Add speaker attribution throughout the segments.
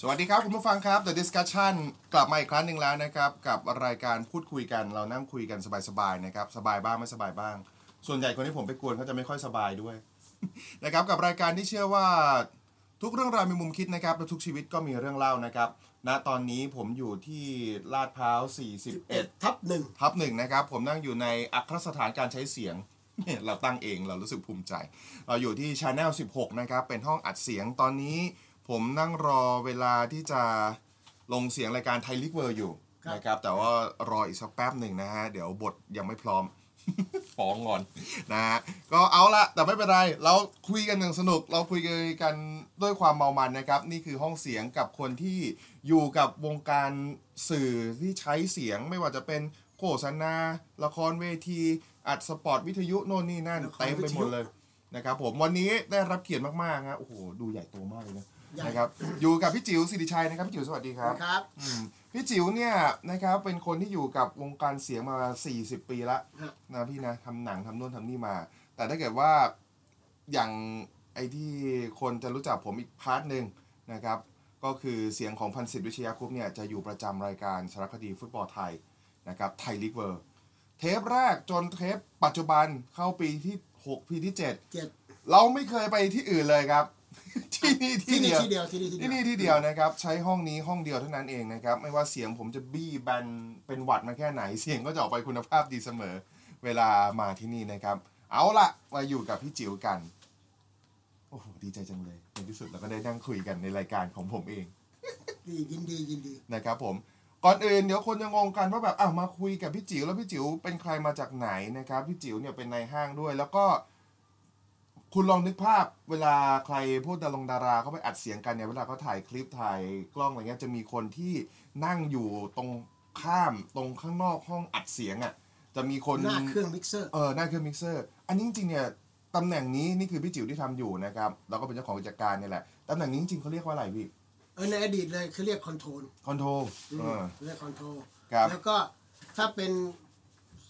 Speaker 1: สวัสดีครับ คุณผู้ฟังครับ The Discussion กลับมาอีกครั้งหนึ่งแล้วนะครับ กับรายการพูดคุยกันเรานั่งคุยกันสบายๆนะครับ สบายบ้างไม่สบายบ้าง ส่วนใหญ่คนที่ผมไปกวนเขาจะไม่ค่อยสบายด้วย นะครับกับรายการที่เชื่อว่าทุกเรื่องราวมีมุมคิดนะครับและทุกชีวิตก็มีเรื่องเล่านะครับณตอนนี้ผมอยู่ที่ลาดพร้าว 41
Speaker 2: 11ทับหนึ่ง
Speaker 1: ทับหนึ่งนะครับ ผมนั่งอยู่ในอัครสถานการใช้เสียง เราตั้งเองเรารู้สึกภูมิใจ เราอยู่ที่ Channel 16 นะครับ เป็นห้องอัดเสียงตอนนี้ ผมนั่งรอเวลาที่จะลงเสียงรายการไทยลิกเวอร์อยู่นะครับแต่ว่ารออีกสักแป๊บหนึ่งนะฮะ เดี๋ยวบทยังไม่พร้อม ฟ้องงอนนะฮะก็เอาละแต่ไม่เป็นไร เราคุยกันอย่างสนุก เราคุยกันด้วยความเมามันนะครับ นี่คือห้องเสียงกับคนที่อยู่กับวงการสื่อที่ใช้เสียงไม่ว่าจะเป็นโฆษณา ละครเวที อัดสปอร์ตวิทยุโน่นนี่นั่นเต็มไปหมดเลยนะครับผมวันนี้ได้รับเกียรติมากๆนะโอ้โหดูใหญ่โตมากเลยนะนะครับอยู่กับพี่จิ๋วสิริชัยนะครับพี่จิ๋วสวัสดีครับ
Speaker 2: ครับ
Speaker 1: อืมพี่จิ๋วเนี่ยนะครับเป็นคนที่อยู่กับวงการเสียงมา 40 ปีละ
Speaker 2: ครับ
Speaker 1: นะพี่นะทำหนังทำนู่นทำนี่มา แต่ถ้าเกิดว่าอย่างไอ้ที่คนจะรู้จักผมอีกพาร์ทหนึ่งนะครับ ก็คือเสียงของพันศิษย์วิชยาคุปต์เนี่ยจะอยู่ประจำรายการสารคดีฟุตบอลไทยนะครับไทยลีกเวิร์เทปแรกจนเทปปัจจุบันเข้าปีที่ 6 ปีที่
Speaker 2: เจ็ด
Speaker 1: 7 เราไม่เคยไปที่อื่นเลยครับ ที่นี่ที่
Speaker 2: ที่นี่
Speaker 1: เดียว
Speaker 2: ที่เดียวที่นี่
Speaker 1: ที่นี่
Speaker 2: ที่เดียว
Speaker 1: ที่เดียวนะครับใช้ห้องนี้ห้องเดียวเท่านั้นเองนะครับ ไม่ว่าเสียงผมจะบี้แบนเป็นหวัดมาแค่ไหน เสียงก็จะออกไปคุณภาพดีเสมอ เวลามาที่นี่นะครับ เอาละมาอยู่กับพี่จิ๋วกันโอ้โหดีใจจังเลยในที่สุดเราก็ได้นั่งคุยกันในรายการของผมเอง
Speaker 2: ดียินดียินดี
Speaker 1: นะครับผมก่อนอื่นเดี๋ยวคนจะงงกันว่าแบบอ้าวมาคุยกับพี่จิ๋วแล้วพี่จิ๋วเป็นใครมาจากไหนนะครับพี่จิ๋วเนี่ยเป็นนายห้างด้วย แล้วก็ คุณลองนึกภาพเวลาใครพวกดารงดาราเขาไปอัดเสียงกันเนี่ยเวลาเขาถ่ายคลิปถ่ายกล้องอะไรเงี้ยจะมีคนที่นั่งอยู่ตรงข้ามตรงข้างนอกห้องอัดเสียงอะ่ะจะมีคน
Speaker 2: หน้าเครื่องมิกเซอร์
Speaker 1: เออหน้าเครื่องมิกเซอร์ อันนี้จริงๆเนี่ยตำแหน่งนี้นี่คือพี่จิ๋วที่ทำอยู่นะครับแล้วก็เป็นเจ้าของกิจการเนี่ยแหละตำแหน่งนี้จริงๆเขาเรียกว่าอะไรพี่
Speaker 2: เออในอดีตเลยคือเรียกคอนโทรล
Speaker 1: คอนโทร
Speaker 2: อืม
Speaker 1: เออ
Speaker 2: เรียกคอนโทรล
Speaker 1: ครับ
Speaker 2: แล้วก็ถ้าเป็น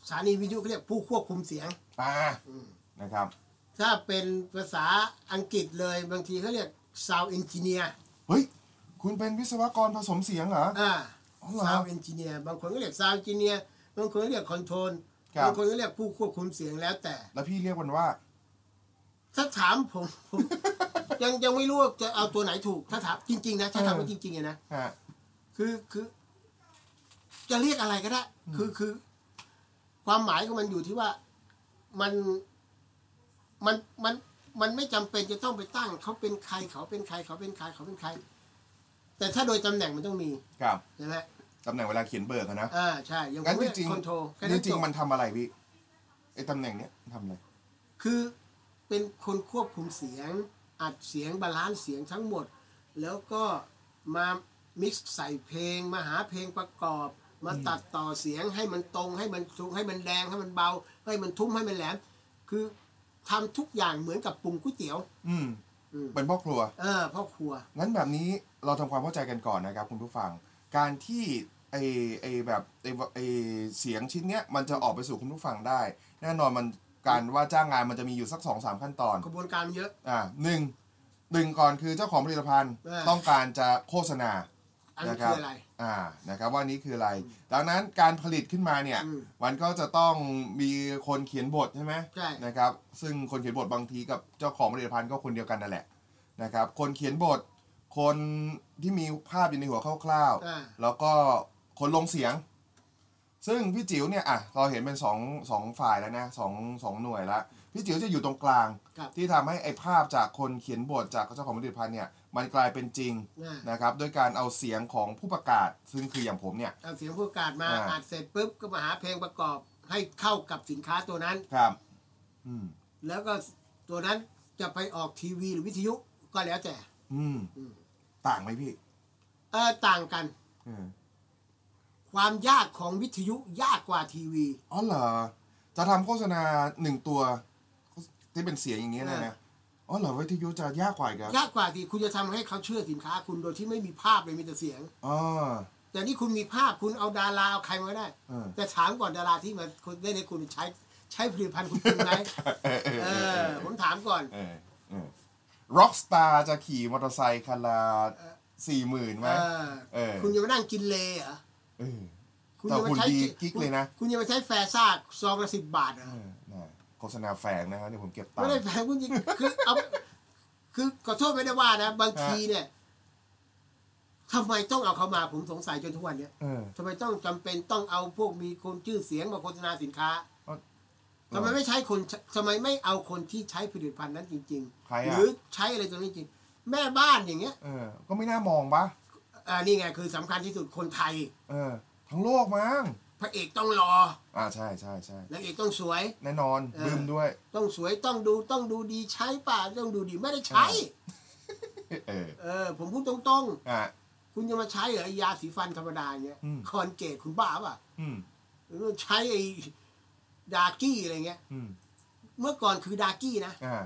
Speaker 2: สถานีวิทยุเขาเรียกผู้ควบคุมเสียง
Speaker 1: อ่านะครับ
Speaker 2: ถ้าเป็นภาษาอังกฤษเลยบางทีเขาเรียก sound engineer
Speaker 1: เฮ้ย คุณเป็นวิศวกรผสมเสียงเหรอ
Speaker 2: อ่า
Speaker 1: อ๋อเหรอ
Speaker 2: sound engineer บางคนก็เรียก sound engineer บางคนก็เรียกคอนโทรล
Speaker 1: ครับ
Speaker 2: บางคนก็เรียกผู้ควบคุมเสียงแล้วแต่
Speaker 1: แล้วพี่เรียกมันว่า
Speaker 2: ถ้าถามผม ผม ยังยังไม่รู้ว่าจะเอาตัวไหนถูกถ้าถามจริงๆนะถ้าถามว่าจริงๆอะนะ
Speaker 1: ฮะ
Speaker 2: คือคือ จะเรียกอะไรก็ได้ คือคือ ความหมายของมันอยู่ที่ว่ามันมันมันมันไม่จำเป็นจะต้องไปตั้ง เขาเป็นใครเขาเป็นใครเขาเป็นใครเขาเป็นใคร แต่ถ้าโดยตำแหน่งมันต้องมี
Speaker 1: ครับ
Speaker 2: ใช่ไหม
Speaker 1: ตำแหน่งเวลาเขียนเบิกอะนะ
Speaker 2: อ่าใช่อยัง
Speaker 1: งั้น
Speaker 2: ผม
Speaker 1: จ
Speaker 2: เรียก
Speaker 1: ริง
Speaker 2: คอนโทรล
Speaker 1: ๆจริงๆมันทำอะไรพี่ไอ้ตำแหน่งเนี้ยทำอะไร
Speaker 2: คือเป็นคนควบคุมเสียง อัดเสียงบาลานซ์เสียงทั้งหมด แล้วก็มามิกซ์ใส่เพลง มาหาเพลงประกอบ มาตัดต่อเสียงให้มันตรงให้มันสูงให้มันแดงให้มันเบา ให้มันทุ้มให้มันแหลม คือทำทุกอย่างเหมือนกับปรุงก๋วยเตี๋ยว
Speaker 1: อืม
Speaker 2: อืม
Speaker 1: เป็นพ่อครัว
Speaker 2: เออพ่อครัว
Speaker 1: งั้นแบบนี้เราทำความเข้าใจกันก่อนนะครับ คุณผู้ฟัง การที่ไอไอแบบไอไอเสียงชิ้นเนี้ยมันจะออกไปสู่คุณผู้ฟังได้ แน่นอนมันการว่าจ้างงานมันจะมีอยู่สักสองสามขั้นตอน
Speaker 2: กระบวนการเยอะ
Speaker 1: อ่าหนึ่งหนึ่งก่อนคือเจ้าของผลิตภัณฑ์
Speaker 2: อ่า
Speaker 1: ต้องการจะโฆษณา
Speaker 2: อันน
Speaker 1: นะค
Speaker 2: คื
Speaker 1: รับ
Speaker 2: ออะไร
Speaker 1: อ่า นะครับว่านี้คืออะไร ดังนั้นการผลิตขึ้นมาเนี่ย
Speaker 2: อืม
Speaker 1: มันก็จะต้องมีคนเขียนบทใช่ไหม
Speaker 2: ใช่
Speaker 1: นะครับ ซึ่งคนเขียนบทบางทีกับเจ้าของผลิตภัณฑ์ก็คนเดียวกันนั่นแหละ นะครับ คนเขียนบท คนที่มีภาพอยู่ในหัวคร่าว
Speaker 2: อ่า
Speaker 1: ๆ แล้วก็คนลงเสียง ซึ่งพี่จิ๋วเนี่ย อ่ะ เราเห็นเป็นสองสองฝ่ายแล้วนะสองสองหน่วยละ พี่จิ๋วจะอยู่ตรงกลาง
Speaker 2: ครับ
Speaker 1: ที่ทำให้ไอ้ภาพจากคนเขียนบทจากเจ้าของผลิตภัณฑ์เนี่ย มันกลายเป็นจริง
Speaker 2: อ่า
Speaker 1: นะครับด้วยการเอาเสียงของผู้ประกาศ ซึ่งคืออย่างผมเนี่ย
Speaker 2: เอาเสียงผู้ประกาศมา
Speaker 1: อ่า
Speaker 2: อัดเสร็จปุ๊บก็มาหาเพลงประกอบ ให้เข้ากับสินค้าตัวนั้น
Speaker 1: ครับอืม
Speaker 2: แล้วก็ตัวนั้นจะไปออกทีวีหรือวิทยุก็แล้วแต่
Speaker 1: อืม
Speaker 2: อืม
Speaker 1: ต่างไหมพี่
Speaker 2: เออต่างกัน
Speaker 1: เออ
Speaker 2: ความยากของวิทยุยากกว่าทีวี
Speaker 1: อ๋อเหรอจะทำโฆษณาหนึ่งตัว ที่เป็นเสียงอย่างเงี้ยนะ
Speaker 2: เออ
Speaker 1: นะอ๋อเหรอวิทยุจะยากกว่าอีกเหรอย
Speaker 2: ากกว่าที่คุณจะทำให้เขาเชื่อสินค้าคุณโดยที่ไม่มีภาพเลยมีแต่เสียง
Speaker 1: อ๋อ
Speaker 2: แต่นี่คุณมีภาพคุณเอาดาราเอาใครมาก็ได้
Speaker 1: เออ
Speaker 2: แต่ถามก่อนดาราที่มาคนได้ในคุณใช้ใช้ผลิตภัณฑ์คุณจริงไหม
Speaker 1: เออเออ
Speaker 2: เอ
Speaker 1: เอ
Speaker 2: อ
Speaker 1: อ
Speaker 2: ผมถามก่อน
Speaker 1: เออร็อกสตาร์จะขี่มอเตอร์ไซค์คันละ สี่หมื่นไหม
Speaker 2: อ่า
Speaker 1: เออ
Speaker 2: คุณจะมานั่งกินเลเหรอ
Speaker 1: เออ
Speaker 2: คุณ
Speaker 1: แต่
Speaker 2: จะมาใช้
Speaker 1: หุ่นดีกิ๊กเลยนะ
Speaker 2: คุณจะมาใช้แฟร์ซ่าซองละสิบบาทเหรอ
Speaker 1: เออนะโฆษณาแฝงนะครับเดี๋ยวผมเก็บตัง
Speaker 2: ไม่ได้
Speaker 1: ค์
Speaker 2: แฝงคุณจริงคือเอาคือขอโทษไม่ได้ว่านะ บางทีเนี่ยทำไมต้องเอาเขามาผมสงสัยจนทุกวันเนี่ย
Speaker 1: เออ
Speaker 2: ทำไมต้องจำเป็นต้องเอาพวกมีคนชื่อเสียงมาโฆษณาสินค้า
Speaker 1: เอ้า
Speaker 2: ทำไมไม่ใช้คนทำไมไม่เอาคนที่ใช้ผลิตภัณฑ์นั้นจริง
Speaker 1: ใครอะ
Speaker 2: หรือใช้อะไรตรงนี้จริง แม่บ้านอย่างเงี้ย
Speaker 1: เออ ก็ไม่น่ามองปะ
Speaker 2: อ่านี่ไงคือสำคัญที่สุดคนไทย
Speaker 1: เออ ทั้งโลกมั้ง
Speaker 2: พระเอกต้องรอ
Speaker 1: อ่าใช่ใช่ใช่
Speaker 2: นางเอกต้องสวย
Speaker 1: แน่นอน
Speaker 2: เออ
Speaker 1: ลืมด้วย
Speaker 2: ต้องสวยต้องดูต้องดูดีใช้ป่ะต้องดูดีไม่ได้ใช้
Speaker 1: เออ
Speaker 2: เออผมพูดตรงๆ
Speaker 1: อ่ะ
Speaker 2: คุณจะมาใช้เหรอไอ้ยาสีฟันธรรมดาเงี้ย
Speaker 1: อืม
Speaker 2: คอนเกตคุณบ้าป่ะ
Speaker 1: อืม
Speaker 2: หรือว่าใช้ไอ้ดากี้อะไรเงี้ย
Speaker 1: อืม
Speaker 2: เมื่อก่อนคือดากี้นะ
Speaker 1: อ่า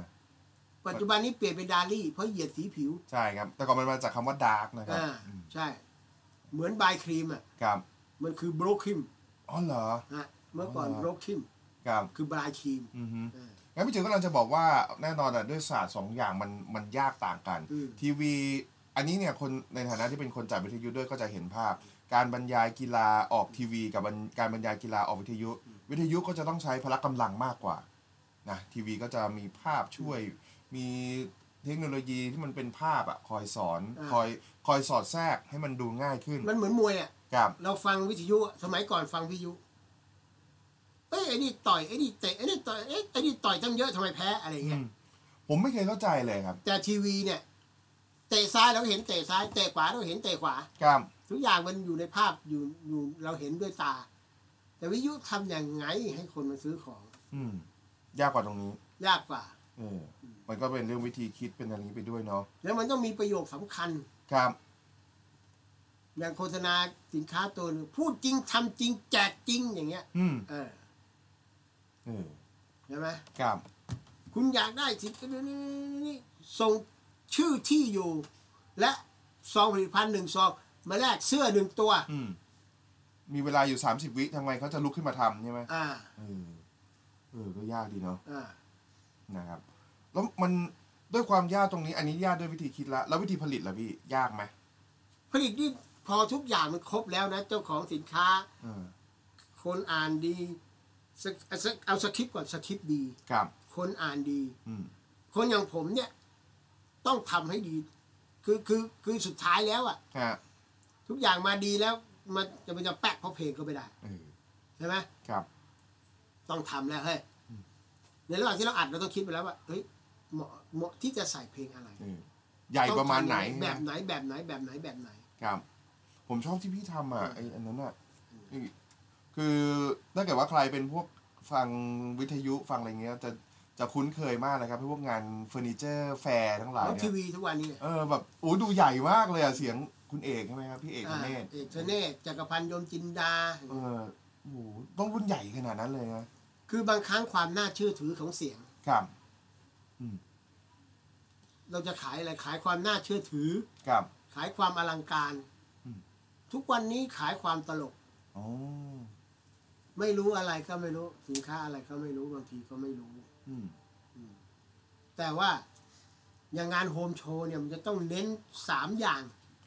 Speaker 2: ปัจจุบันนี้เปลี่ยนเป็นดาลี่เพราะเหยียดสีผิว
Speaker 1: ใช่ครับ แต่ก่อนมันมาจากคำว่าดาร์กนะครับ
Speaker 2: อ่า
Speaker 1: อืม
Speaker 2: ใช่ เหมือนบายครีมอ่ะ
Speaker 1: ครับ
Speaker 2: มันคือบรคิม
Speaker 1: อ๋อเหรอ
Speaker 2: ฮะเมื่อก่อน
Speaker 1: อ๋อ
Speaker 2: บรคิม
Speaker 1: ครับ
Speaker 2: คือบายครีม
Speaker 1: อือฮึ
Speaker 2: เออ
Speaker 1: งั้นพี่จิ๋วก็เราจะบอกว่าแน่นอนอะด้วยศาสตร์สองอย่างมันมันยากต่างกัน
Speaker 2: อืม
Speaker 1: ทีวีอันนี้เนี่ยคนในฐานะที่เป็นคนจัดวิทยุด้วยก็จะเห็นภาพ การบรรยายกีฬาออกทีวี กับบรรการบรรยายกีฬาออกวิทยุ วิทยุก็จะต้องใช้พละกำลังมากกว่านะทีวีก็จะมีภาพช่วยมีเทคโนโลยีที่มันเป็นภาพอะคอยสอนคอยคอยสอดแทรกให้มันดูง่ายขึ้น
Speaker 2: มันเหมือนมวยอ่ะ
Speaker 1: กับ
Speaker 2: เราฟังวิทยุอะสมัยก่อนฟังวิทยุเอ้ยไอ้นี่ต่อยไอ้นี่เตะไอ้นี่ต่อยเอ้ยไอ้นี่ต่อยตั้งเยอะทำไมแพ้อะไร
Speaker 1: อื
Speaker 2: เงี้ย
Speaker 1: มผมไม่เคยเข้าใจเลยครับ
Speaker 2: แต่ทีวีเนี่ย เตะซ้ายเราเห็นเตะซ้ายเตะขวาเราเห็นเตะขวา
Speaker 1: กับ
Speaker 2: ทุกอย่างมันอยู่ในภาพอยู่อยู่เราเห็นด้วยตา แต่วิทยุทำอย่างไงให้คนมาซื้อของ
Speaker 1: อืมยากกว่าตรงนี้
Speaker 2: ยากกว่า
Speaker 1: เออมันก็เป็นเรื่องวิธีคิดเป็นอะไรนี้ไปด้วยเนาะ
Speaker 2: แล้วมันต้องมีประโยคสำคัญ
Speaker 1: ครับ
Speaker 2: อย่างโฆษณาสินค้าตัวหนึ่งพูดจริงทำจริงแจกจริงอย่างเงี้ย
Speaker 1: อืม
Speaker 2: เออ
Speaker 1: เออ
Speaker 2: ใช่ไหม
Speaker 1: ครับ
Speaker 2: คุณอยากได้สินค้านี่ส่งชื่อที่อยู่ และซองผลิตภัณฑ์หนึ่งซองมาแลกเสื้อหนึ่งตัว
Speaker 1: อืม มีเวลาอยู่สามสิบวิทำไมเขาจะลุกขึ้นมาทำใช่ไหม
Speaker 2: อ่า
Speaker 1: เออ เออ ก็ยากดีเนาะ
Speaker 2: อ่า
Speaker 1: นะครับ แล้วมันด้วยความยากตรงนี้ อันนี้ยากด้วยวิธีคิดละ แล้ววิธีผลิตล่ะพี่ ยากไหม
Speaker 2: ผลิตนี่พอทุกอย่างมันครบแล้วนะ เจ้าของสินค้า
Speaker 1: เออ
Speaker 2: คนอ่านดีสกสกเอาสคริปต์ก่อนสคริปต์ดี
Speaker 1: ครับ
Speaker 2: คนอ่านดี
Speaker 1: อืม
Speaker 2: คนอย่างผมเนี่ย ต้องทำให้ดี คือคือคือสุดท้ายแล้วอะ
Speaker 1: ฮะ
Speaker 2: ทุกอย่างมาดีแล้ว มันจะมันจะแปะเพราะเพลงก็ไม่ได้
Speaker 1: เออ
Speaker 2: ใช่ไหม
Speaker 1: ครับ
Speaker 2: ต้องทำแล้วเฮ้ยในระหว่างที่เราอัดเราต้องคิดไปแล้วว่าเฮ้ยเหมาะเหมาะที่จะใส่เพลงอะไร
Speaker 1: เออ ใหญ่ประมาณไหน
Speaker 2: ต้องทำยังงแบบ
Speaker 1: นะ
Speaker 2: ไหนแบบไหนแบบไหนแบบไหน
Speaker 1: ครับ ผมชอบที่พี่ทำอ่ะ ไออันนั้นอ่ะนี่คือถ้าเกิดว่าใครเป็นพวกฟังวิทยุฟังอะไรเงี้ย จะ จะคุ้นเคยมากเลยครับพวกงานเฟอร์นิเจอร์แฟร์ทั้งหลาย
Speaker 2: แล้ว
Speaker 1: เนี่ย
Speaker 2: ทีวีทุกวันนี้
Speaker 1: เออแบบโอ้ดูใหญ่มากเลยอะเสียงคุณเอกใช่ไหมครับพี่เอก
Speaker 2: อ่า
Speaker 1: เนศ
Speaker 2: เอกเทเน่จักรพันธ์ยมจินดา
Speaker 1: เออโอ้โหต้องรุ่นใหญ่ขนาดนั้นเลยนะ
Speaker 2: คือบางครั้งความน่าเชื่อถือของเสียง
Speaker 1: ครับ
Speaker 2: เราจะขายอะไรขายความน่าเชื่อถือ
Speaker 1: ครับ
Speaker 2: ขายความอลังการ
Speaker 1: อืม
Speaker 2: ทุกวันนี้ขายความตลก
Speaker 1: โอ้
Speaker 2: ไม่รู้อะไรก็ไม่รู้ สินค้าอะไรก็ไม่รู้บางทีก็ไม่รู้
Speaker 1: อืม
Speaker 2: แต่ว่าอย่างงานโฮมโชว์เนี่ยมันจะต้องเน้นสามอย่าง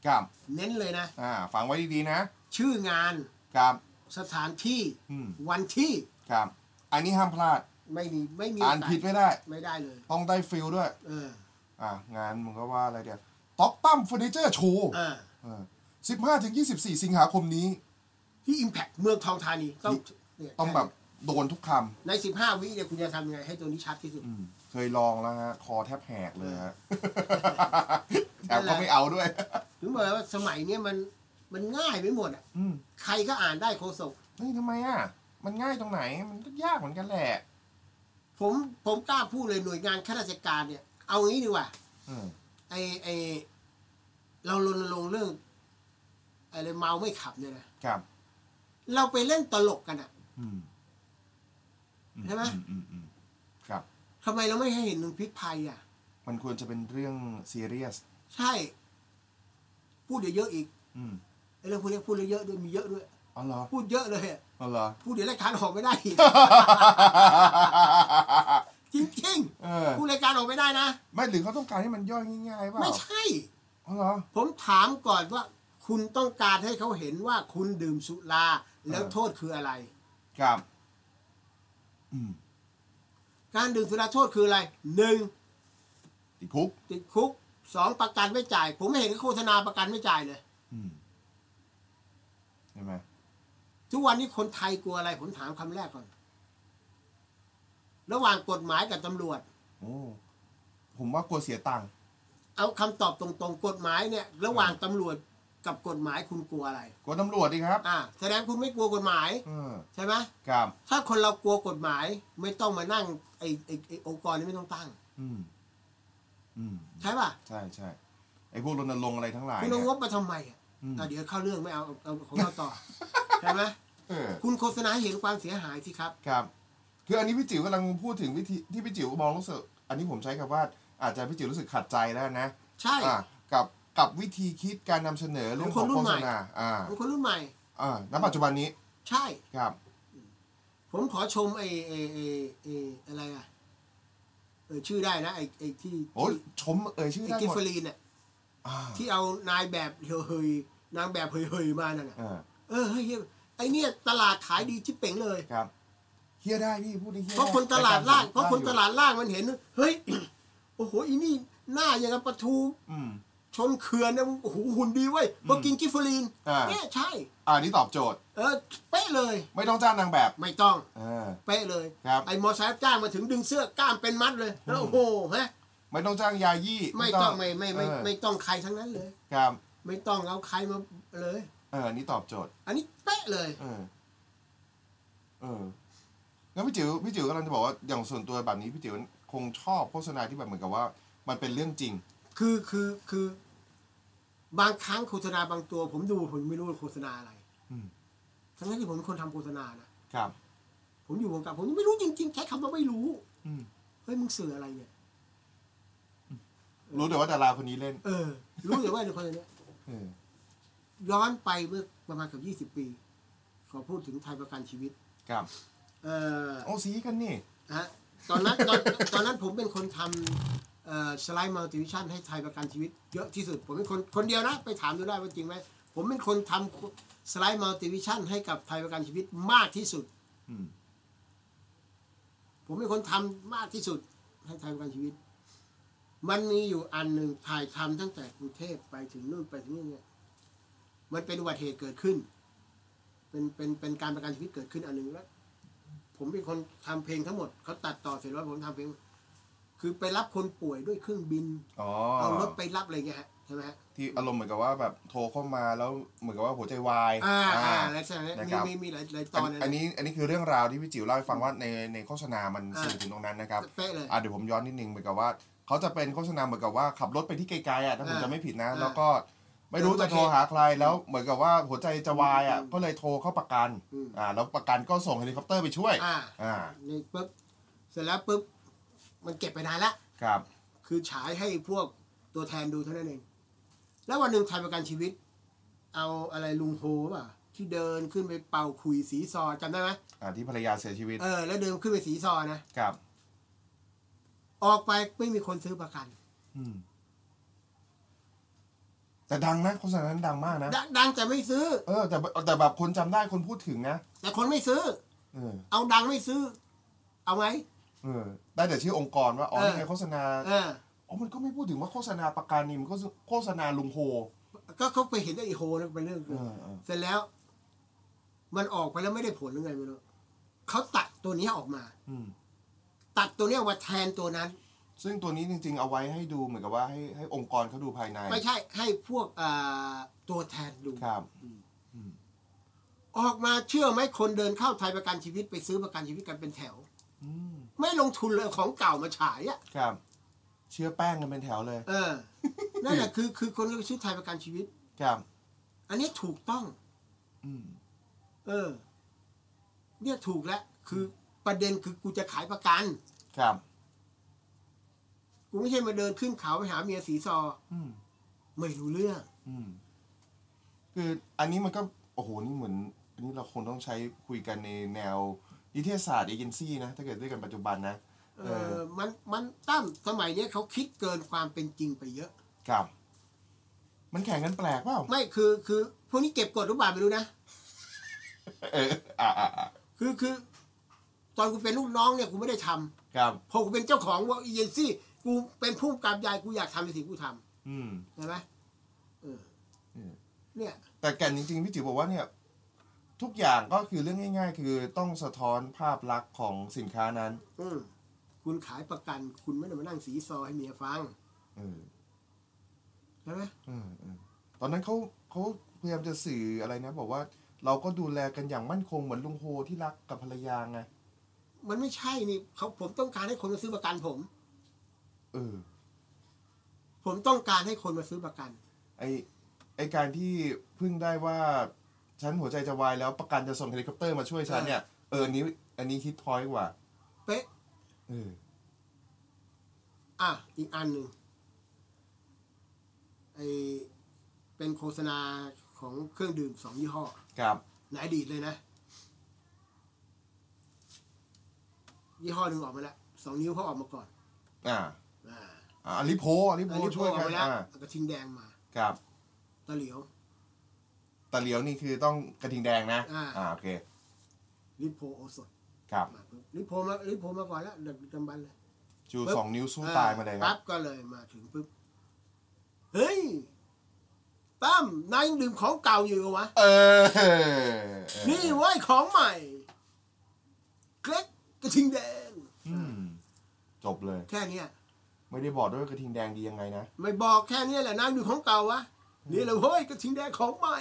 Speaker 1: ครับ
Speaker 2: เน้นเลยนะ
Speaker 1: อ่าฟังไว้ดีๆนะ
Speaker 2: ชื่องาน
Speaker 1: ครับ
Speaker 2: สถานที่
Speaker 1: อืม
Speaker 2: วันที่
Speaker 1: ครับ อันนี้ห้ามพลาด
Speaker 2: ไม่มีไม่มี
Speaker 1: อ่าน
Speaker 2: โกส
Speaker 1: ผิดไม่ได้
Speaker 2: ไม่ได้เลย
Speaker 1: ต้องได้ฟิลด้วย
Speaker 2: เออ
Speaker 1: อ่างานมึงก็ว่าอะไรเดี๋ยวต็อปปั้มเฟอร์นิเจอร์โชว์
Speaker 2: อ่า
Speaker 1: สิบห้าถึงยี่สิบสี่สิงหาคมนี้
Speaker 2: ที่ Impact เมืองทองธานีต้องเนี่ย
Speaker 1: ต้องแบบโดนทุกค
Speaker 2: ใน 15 วิเนี่ยคุณจะทำยังไงให้ตัวนี้ชัดที่สุด
Speaker 1: ำอืมเคยลองแล้วฮะคอแทบแหกเลย ฮะแถมก็ไม่เอาด้วย
Speaker 2: ถึงบอกเลยว่าสมัยเนี้ยมันมันง่ายไปหมดอ่ะ
Speaker 1: อืม
Speaker 2: ใครก็อ่านได้โคศก
Speaker 1: เฮ้ยทำไมอ่ะ มันง่ายตรงไหน มันก็ยากเหมือนกันแหละ
Speaker 2: ผมผมกล้าพูดเลยหน่วยงานข้าราชการเนี่ย เอางี้ดีกว่า
Speaker 1: เออ
Speaker 2: ไอไอเรารณรงค์เรื่องอะไรเมาไม่ขับเนี่ยนะครับ เราไปเล่นตลกกันอะ
Speaker 1: อืม
Speaker 2: ใช่ไหม
Speaker 1: อืมอืมครับ
Speaker 2: ทำไมเราไม่ให้เห็นถึงพิษภัยอะ
Speaker 1: มันควรจะเป็นเรื่องซีเรียส
Speaker 2: ใช่ พูดเดี๋ยวเยอะอีก
Speaker 1: อืม
Speaker 2: ไอเรื่องพวกนี้พูดเดี๋ยวเยอะด้วยมีเยอะด้วย
Speaker 1: อ๋อเหรอ
Speaker 2: พูดเยอะเลยอะ
Speaker 1: อ๋อเหร อ
Speaker 2: พูดเดี๋ยวรายการออกไม่ได้ อีก จริง
Speaker 1: เออ
Speaker 2: ๆพูดรายการออกไม่ได้นะ
Speaker 1: ไม่หรือเขาต้องการให้มันย่อยง่ายๆเปล่า
Speaker 2: ไม่ใช่
Speaker 1: อ๋อเหรอ
Speaker 2: ผมถามก่อนว่าคุณต้องการให้เขาเห็นว่าคุณดื่มสุราแล้ว
Speaker 1: เออ
Speaker 2: โทษคืออะไร
Speaker 1: ครับอืม
Speaker 2: การดื่มสุราโทษคืออะไรหนึ่ง
Speaker 1: ติดคุก
Speaker 2: ติดคุกสองประกันไม่จ่าย ผมไม่เห็นโฆษณาประกันไม่จ่ายเลย
Speaker 1: อืมใช่ไหม
Speaker 2: ทุกวันนี้คนไทยกลัวอะไร ผมถามคำแรกก่อน ระหว่างกฎหมายกับตำรวจ
Speaker 1: โอ้ผมว่ากลัวเสียตังค์
Speaker 2: เอาคำตอบตรงๆ กฎหมายเนี่ย ระหว่างตำรวจกับกฎหมายคุณกลัวอะไร
Speaker 1: กลัวตำรวจดีครับ
Speaker 2: อ่า แสดงคุณไม่กลัวกฎหมาย
Speaker 1: เออ
Speaker 2: ใช่ไหม
Speaker 1: ครับ
Speaker 2: ถ้าคนเรากลัวกฎหมายไม่ต้องมานั่งไอไอไอองค์กรนี้ไม่ต้องตั้ง
Speaker 1: อืม อืม
Speaker 2: ใช่ป่ะ
Speaker 1: ใช่ใช่ไอ้พวกรณรงค์อะไรทั้งหลาย
Speaker 2: คุณ
Speaker 1: เนี่
Speaker 2: เอา
Speaker 1: ย
Speaker 2: งบมาทำไมอ่ะ
Speaker 1: อืม
Speaker 2: อ่ะเดี๋ยวเข้าเรื่องไม่เอาเอาเอาของเราต่ อ ใช่ไหม
Speaker 1: เออ
Speaker 2: คุณโฆษณาให้เห็นความเสียหายสิครับ
Speaker 1: ครับ คืออันนี้พี่จิ๋วกำลังพูดถึงวิธีที่พี่จิ๋วมองรู้สึก อันนี้ผมใช้คำว่า อาจจะพี่จิ๋วรู้สึกขัดใจแล้วนะ
Speaker 2: ใช่
Speaker 1: อ่ากับกับวิธีคิดการนำเสนอเรื่องของ
Speaker 2: ของคนรุ่
Speaker 1: โฆ
Speaker 2: นให
Speaker 1: ษ
Speaker 2: ม่
Speaker 1: ณาอ่า
Speaker 2: ของคนรุ่นใหม่
Speaker 1: อ่าณปัจจุบันนี้
Speaker 2: ใช่
Speaker 1: ครับ
Speaker 2: ผมขอชมไอไอไอไออะไรอ่ะเออชื่อได้นะไอไอที่
Speaker 1: โอ้ยชมเอ่ยชื่อ
Speaker 2: ไอ
Speaker 1: ได้
Speaker 2: กิฟ
Speaker 1: หม
Speaker 2: เฟ
Speaker 1: ด
Speaker 2: อรีนอ่ะ
Speaker 1: อ่า
Speaker 2: ที่เอานายแบบเฮยเฮยๆนางแบบเฮยเฮยๆมานั่นอ่ะ
Speaker 1: อ่า
Speaker 2: เออเฮ้ยเฮ้ยไอเนี่ยตลาดขายดีชิบเป่งเลย
Speaker 1: ครับเฮียได้พี่พูดดิเฮีย
Speaker 2: เพราะ
Speaker 1: ได้
Speaker 2: คนตลาดล่าง
Speaker 1: ยก
Speaker 2: เพราะคนต
Speaker 1: ได้อยู่
Speaker 2: ลาดล่างมันเห็น เฮ้ย โอ้โหอีนี่หน้าอย่างกับปลาทู
Speaker 1: อืม
Speaker 2: ชนเขื่อนนะโอ้โหหุ่นดีเว้ยพอกินกิฟเฟอรีน
Speaker 1: อ่า
Speaker 2: เนี่ยใช่
Speaker 1: อ่านี่ตอบโจทย์
Speaker 2: เออเป๊ะเลย
Speaker 1: ไม่ต้องจ้างนางแบบ
Speaker 2: ไม่ต้อง
Speaker 1: อ่า
Speaker 2: เป๊ะเลย
Speaker 1: ครับ
Speaker 2: ไอ้มอไซค์รับจ้างมาถึงดึงเสื้อกล้ามเป็นมัดเลยแล้วโอ้โหฮะ
Speaker 1: ไม่ต้องจ้างยายี่
Speaker 2: ไม่ต้องไม่ไม่ไม่
Speaker 1: เออ
Speaker 2: ไม่ต้องใครทั้งนั้นเลย
Speaker 1: ครับ
Speaker 2: ไม่ต้องเอาใครมาเลย
Speaker 1: เอออันนี้ตอบโจทย์
Speaker 2: อันนี้เป๊ะเลย
Speaker 1: เออ เออ แล้วพี่จิ๋วพี่จิ๋วกำลังจะบอกว่าอย่างส่วนตัวแบบนี้พี่จิ๋วคงชอบโฆษณาที่แบบเหมือนกับว่า มันเป็นเรื่องจริง
Speaker 2: คือคือคือ บางครั้งโฆษณาบางตัว ผมดูผมไม่รู้ว่าโฆษณาอะไร
Speaker 1: อืม
Speaker 2: ทั้งนั้นที่ผมเป็นคนทำโฆษณานะครับ ผมอยู่วงการผมไม่รู้จริงๆใช้คำว่าไม่รู้
Speaker 1: อืม
Speaker 2: เฮ้ยมึงสื่ออะไรเนี่ย
Speaker 1: รู้แต่ว่าดาราคนนี้เล่น
Speaker 2: เออรู้แต่ว่าในคนเนี้ย
Speaker 1: เออ
Speaker 2: ย้อนไปเมื่อประมาณเกือบยี่สิบปี ขอพูดถึงไทยประกันชีวิต
Speaker 1: ครับ
Speaker 2: เออ
Speaker 1: โอ้สีกันนี่
Speaker 2: ฮะตอนนั้นตอนตอนนั้นผมเป็นคนทำเอ่อสไลด์มัลติวิชั่นให้ไทยประกันชีวิตเยอะที่สุด ผมเป็นคนคนเดียวนะ ไปถามดูได้ว่าจริงไหมผมเป็นคนทำสไลด์มัลติวิชั่นให้กับไทยประกันชีวิตมากที่สุด
Speaker 1: อืม
Speaker 2: ผมเป็นคนทำมากที่สุดให้ไทยประกันชีวิต มันมีอยู่อันหนึ่งถ่ายทำตั้งแต่กรุงเทพไปถึงนู่นไปถึงนี่เนี่ย มันเป็นอุบัติเหตุเกิดขึ้น เป็นเป็นเป็นการประกันชีวิตเกิดขึ้นอันหนึ่งแล้ว ผมเป็นคนทำเพลงทั้งหมดเขาตัดต่อเสร็จแล้วผมทำเพลง คือไปรับคนป่วยด้วยเครื่องบิน
Speaker 1: อ๋อ
Speaker 2: เอารถไปรับอะไรเงี้ยฮะใช่ไหมฮะ
Speaker 1: ที่อารมณ์เหมือนกับว่าแบบโทรเข้ามาแล้วเหมือนกับว่าหัวใจวาย
Speaker 2: อ่าอ่าอะไรใช่ไหมฮะ
Speaker 1: นะ
Speaker 2: มี
Speaker 1: ครับ
Speaker 2: มีมีหลายหลายต
Speaker 1: อัน
Speaker 2: อนนะ
Speaker 1: อันนี้อันนี้คือเรื่องราวที่พี่จิ๋วเล่าให้ฟังว่าในในโฆษณามัน
Speaker 2: อ่า
Speaker 1: สื่อถึงตรงนั้นนะครับ
Speaker 2: เป๊ะเลย
Speaker 1: อ่ะเดี๋ยวผมย้อนนิดนึงเหมือนกับว่าเขาจะเป็นโฆษณาเหมือนกับว่าขับรถไปที่ไกลๆอ่ะถ้าผม
Speaker 2: อ่า
Speaker 1: จะไม่ผิดนะ
Speaker 2: อ่า
Speaker 1: แล้วก็ไม่รู้จะโทรหาใครแล้วเหมือนกับว่าหัวใจจะวายอ่ะ
Speaker 2: อืม
Speaker 1: ก็เลยโทรเข้าประกัน
Speaker 2: อืม
Speaker 1: อ่าแล้วประกันก็ส่งเฮลิคอปเตอร์ไปช่วย
Speaker 2: อ่า
Speaker 1: อ่า
Speaker 2: นี่ปุ๊บเสร็จแล้วปุ๊บมันเก็บไปนานละ
Speaker 1: ครับ
Speaker 2: คือฉายให้พวกตัวแทนดูเท่านั้นเอง แล้ววันหนึ่งไทยประกันชีวิต เอาอะไรลุงโฮป่ะ ที่เดินขึ้นไปเป่าขุยสีซอจำได้ไหม
Speaker 1: อ่าที่ภรรยาเสียชีวิต
Speaker 2: เออ แล้วเดินขึ้นไปสีซอนะ
Speaker 1: ครับ
Speaker 2: ออกไปไม่มีคนซื้อประกัน
Speaker 1: อืม แต่ดังนะโฆษณานั้นดังมากนะ
Speaker 2: ดดังแต่ไม่ซื้อ
Speaker 1: เออ แต่แต่แบบคนจำได้คนพูดถึงนะ
Speaker 2: แต่คนไม่ซื้อ
Speaker 1: เออ
Speaker 2: เอาดังไม่ซื้อ เอาไหม
Speaker 1: เออ ได้แต่ชื่อองค์กรว่าอ๋อ
Speaker 2: เออ
Speaker 1: นี่ไงโฆษณา
Speaker 2: เออ
Speaker 1: อ๋อมันก็ไม่พูดถึงว่าโฆษณาประกันนี่มันก็โฆษณาลุงโฮ
Speaker 2: ก็เขาไปเห็นไอ้โฮนะเป็นเรื่อง
Speaker 1: เอ
Speaker 2: เกิน
Speaker 1: อเออ
Speaker 2: เสร็จแล้ว มันออกไปแล้วไม่ได้ผลหรือไงไม่รู้เขาตัดตัวนี้ออกมา
Speaker 1: อืม
Speaker 2: ตัดตัวนี้ออกมาแทนตัวนั้น
Speaker 1: ซึ่งตัวนี้จริงๆ เอาไว้ให้ดูเหมือนกับว่าให้ให้องค์กรเขาดูภายใน
Speaker 2: ไม่ใช่ให้พวกอ่าตัวแทนดู
Speaker 1: ครับ
Speaker 2: ออกมาเชื่อไหมคนเดินเข้าไทยประกันชีวิตไปซื้อประกันชีวิตกันเป็นแถว
Speaker 1: อืม
Speaker 2: ไม่ลงทุนเลยเอาของเก่ามาฉายอ่ะ
Speaker 1: ครับ เชื่อแป้งกันเป็นแถวเลย
Speaker 2: เออ นั่นแหละคือคือคนที่ไปซื้อไทยประกันชีวิต
Speaker 1: ครับ
Speaker 2: อันนี้ถูกต้อง
Speaker 1: อืม
Speaker 2: เออ เนี่ยถูกแล้วคือประเด็นคือกูจะขายประกัน
Speaker 1: ครับ
Speaker 2: กูไม่ใช่มาเดินขึ้นเขาไปหาเมียสีซอ
Speaker 1: อืม
Speaker 2: ไม่รู้เรื่อง
Speaker 1: อืมคืออันนี้มันก็โอ้โหนี่เหมือน อันนี้เราคงต้องใช้คุยกันในแนวนิเทศศาสตร์เอเจนซี่นะถ้าเกิดด้วยกันปัจจุบันนะ
Speaker 2: เอ
Speaker 1: เอ
Speaker 2: อ
Speaker 1: อ
Speaker 2: มันมันตั้มสมัยเนี้ยเขาคิดเกินความเป็นจริงไปเยอะ
Speaker 1: ครับ มันแข่งกันแปลกเปล่า
Speaker 2: ไม่คือคือพวกนี้เก็บกดหรือเปล่าไม่รู้นะ
Speaker 1: เอออ่าอ่าอ่า
Speaker 2: คือคือ ตอนกูเป็นลูกน้องเนี่ยกูไม่ได้ทำ
Speaker 1: ครับ
Speaker 2: พอกูเป็นเจ้าของว่าเอเจนซี่กูเป็นผู้กำกับยายกูอยากทำในสิ่งกูท
Speaker 1: อืม
Speaker 2: ำใช่ไหมเออ
Speaker 1: อืม
Speaker 2: เนี่ย
Speaker 1: แต่แก่นจริงๆพี่จิ๋วบอกว่าเนี่ย ทุกอย่างก็คือเรื่องง่าย ๆ คือต้องสะท้อนภาพลักษณ์ของสินค้านั้น
Speaker 2: อืมคุณขายประกัน คุณไม่ได้มานั่งสีซอให้เมียฟัง
Speaker 1: เออ
Speaker 2: ใช่ไหม
Speaker 1: เออเออตอนนั้นเขาเขาพยายามจะสื่ออะไรนะ บอกว่าเราก็ดูแลกันอย่างมั่นคงเหมือนลุงโฮที่รักกับภรรยาไง
Speaker 2: มันไม่ใช่นี่เขาผมต้องการให้คนมาซื้อประกันผม
Speaker 1: เออ
Speaker 2: ผมต้องการให้คนมาซื้อประกัน
Speaker 1: ไอไอการที่เพึ่งได้ว่า ฉันหัวใจจะวายแล้วประกันจะส่งเฮลิคอปเตอร์มาช่วยฉันเนี่ยเอออันนี้ อันนี้ฮิตพอยต์กว่า
Speaker 2: เป๊ะ
Speaker 1: เออ
Speaker 2: อ่ะ อีกอันหนึ่งไอเป็นโฆษณาของเครื่องดื่มสองยี่ห้อ
Speaker 1: ครับ
Speaker 2: ในอดีตเลยนะ ยี่ห้อหนึ่งออกมาแล้วสองนิ้วเขาออกมาก่อน
Speaker 1: อ่า
Speaker 2: อ่า
Speaker 1: อ่าอลิโพอลิโพ
Speaker 2: อันนี้พ
Speaker 1: ช่
Speaker 2: อ
Speaker 1: วย
Speaker 2: ออก
Speaker 1: กัน
Speaker 2: มาแล้ว
Speaker 1: อ่า
Speaker 2: เอากระทิงแดงมา
Speaker 1: ครับ
Speaker 2: ตะเหลียว
Speaker 1: ตะเหลียวนี่คือต้องกระทิงแดงนะ
Speaker 2: อ่า
Speaker 1: โอเค
Speaker 2: ลิโพโอสด
Speaker 1: ครับ
Speaker 2: มาปุ๊บลิโพมาลิโพมาก่อนแล้วดึกดำบรรพ์เลย
Speaker 1: ชู
Speaker 2: ปึ๊บ
Speaker 1: สองนิ้วสู้ตายมาเลยครั
Speaker 2: ปั๊
Speaker 1: บบ
Speaker 2: ก็เลยมาถึงปุ๊บ เฮ้ยตั้มนายยังดื่มของเก่าอยู่เหรอวะ
Speaker 1: เออ
Speaker 2: นี่เว้ยของใหม่ เกล็กกระทิงแดง
Speaker 1: อืมจบเลย
Speaker 2: แค่เนี้ย
Speaker 1: ไม่ได้บอกด้วยว่ากระทิงแดงดียังไงนะ
Speaker 2: ไม่บอกแค่เนี้ยแหละนางดูของเก่าวะนี่เลยเฮ้ยกระทิงแดงของใหม่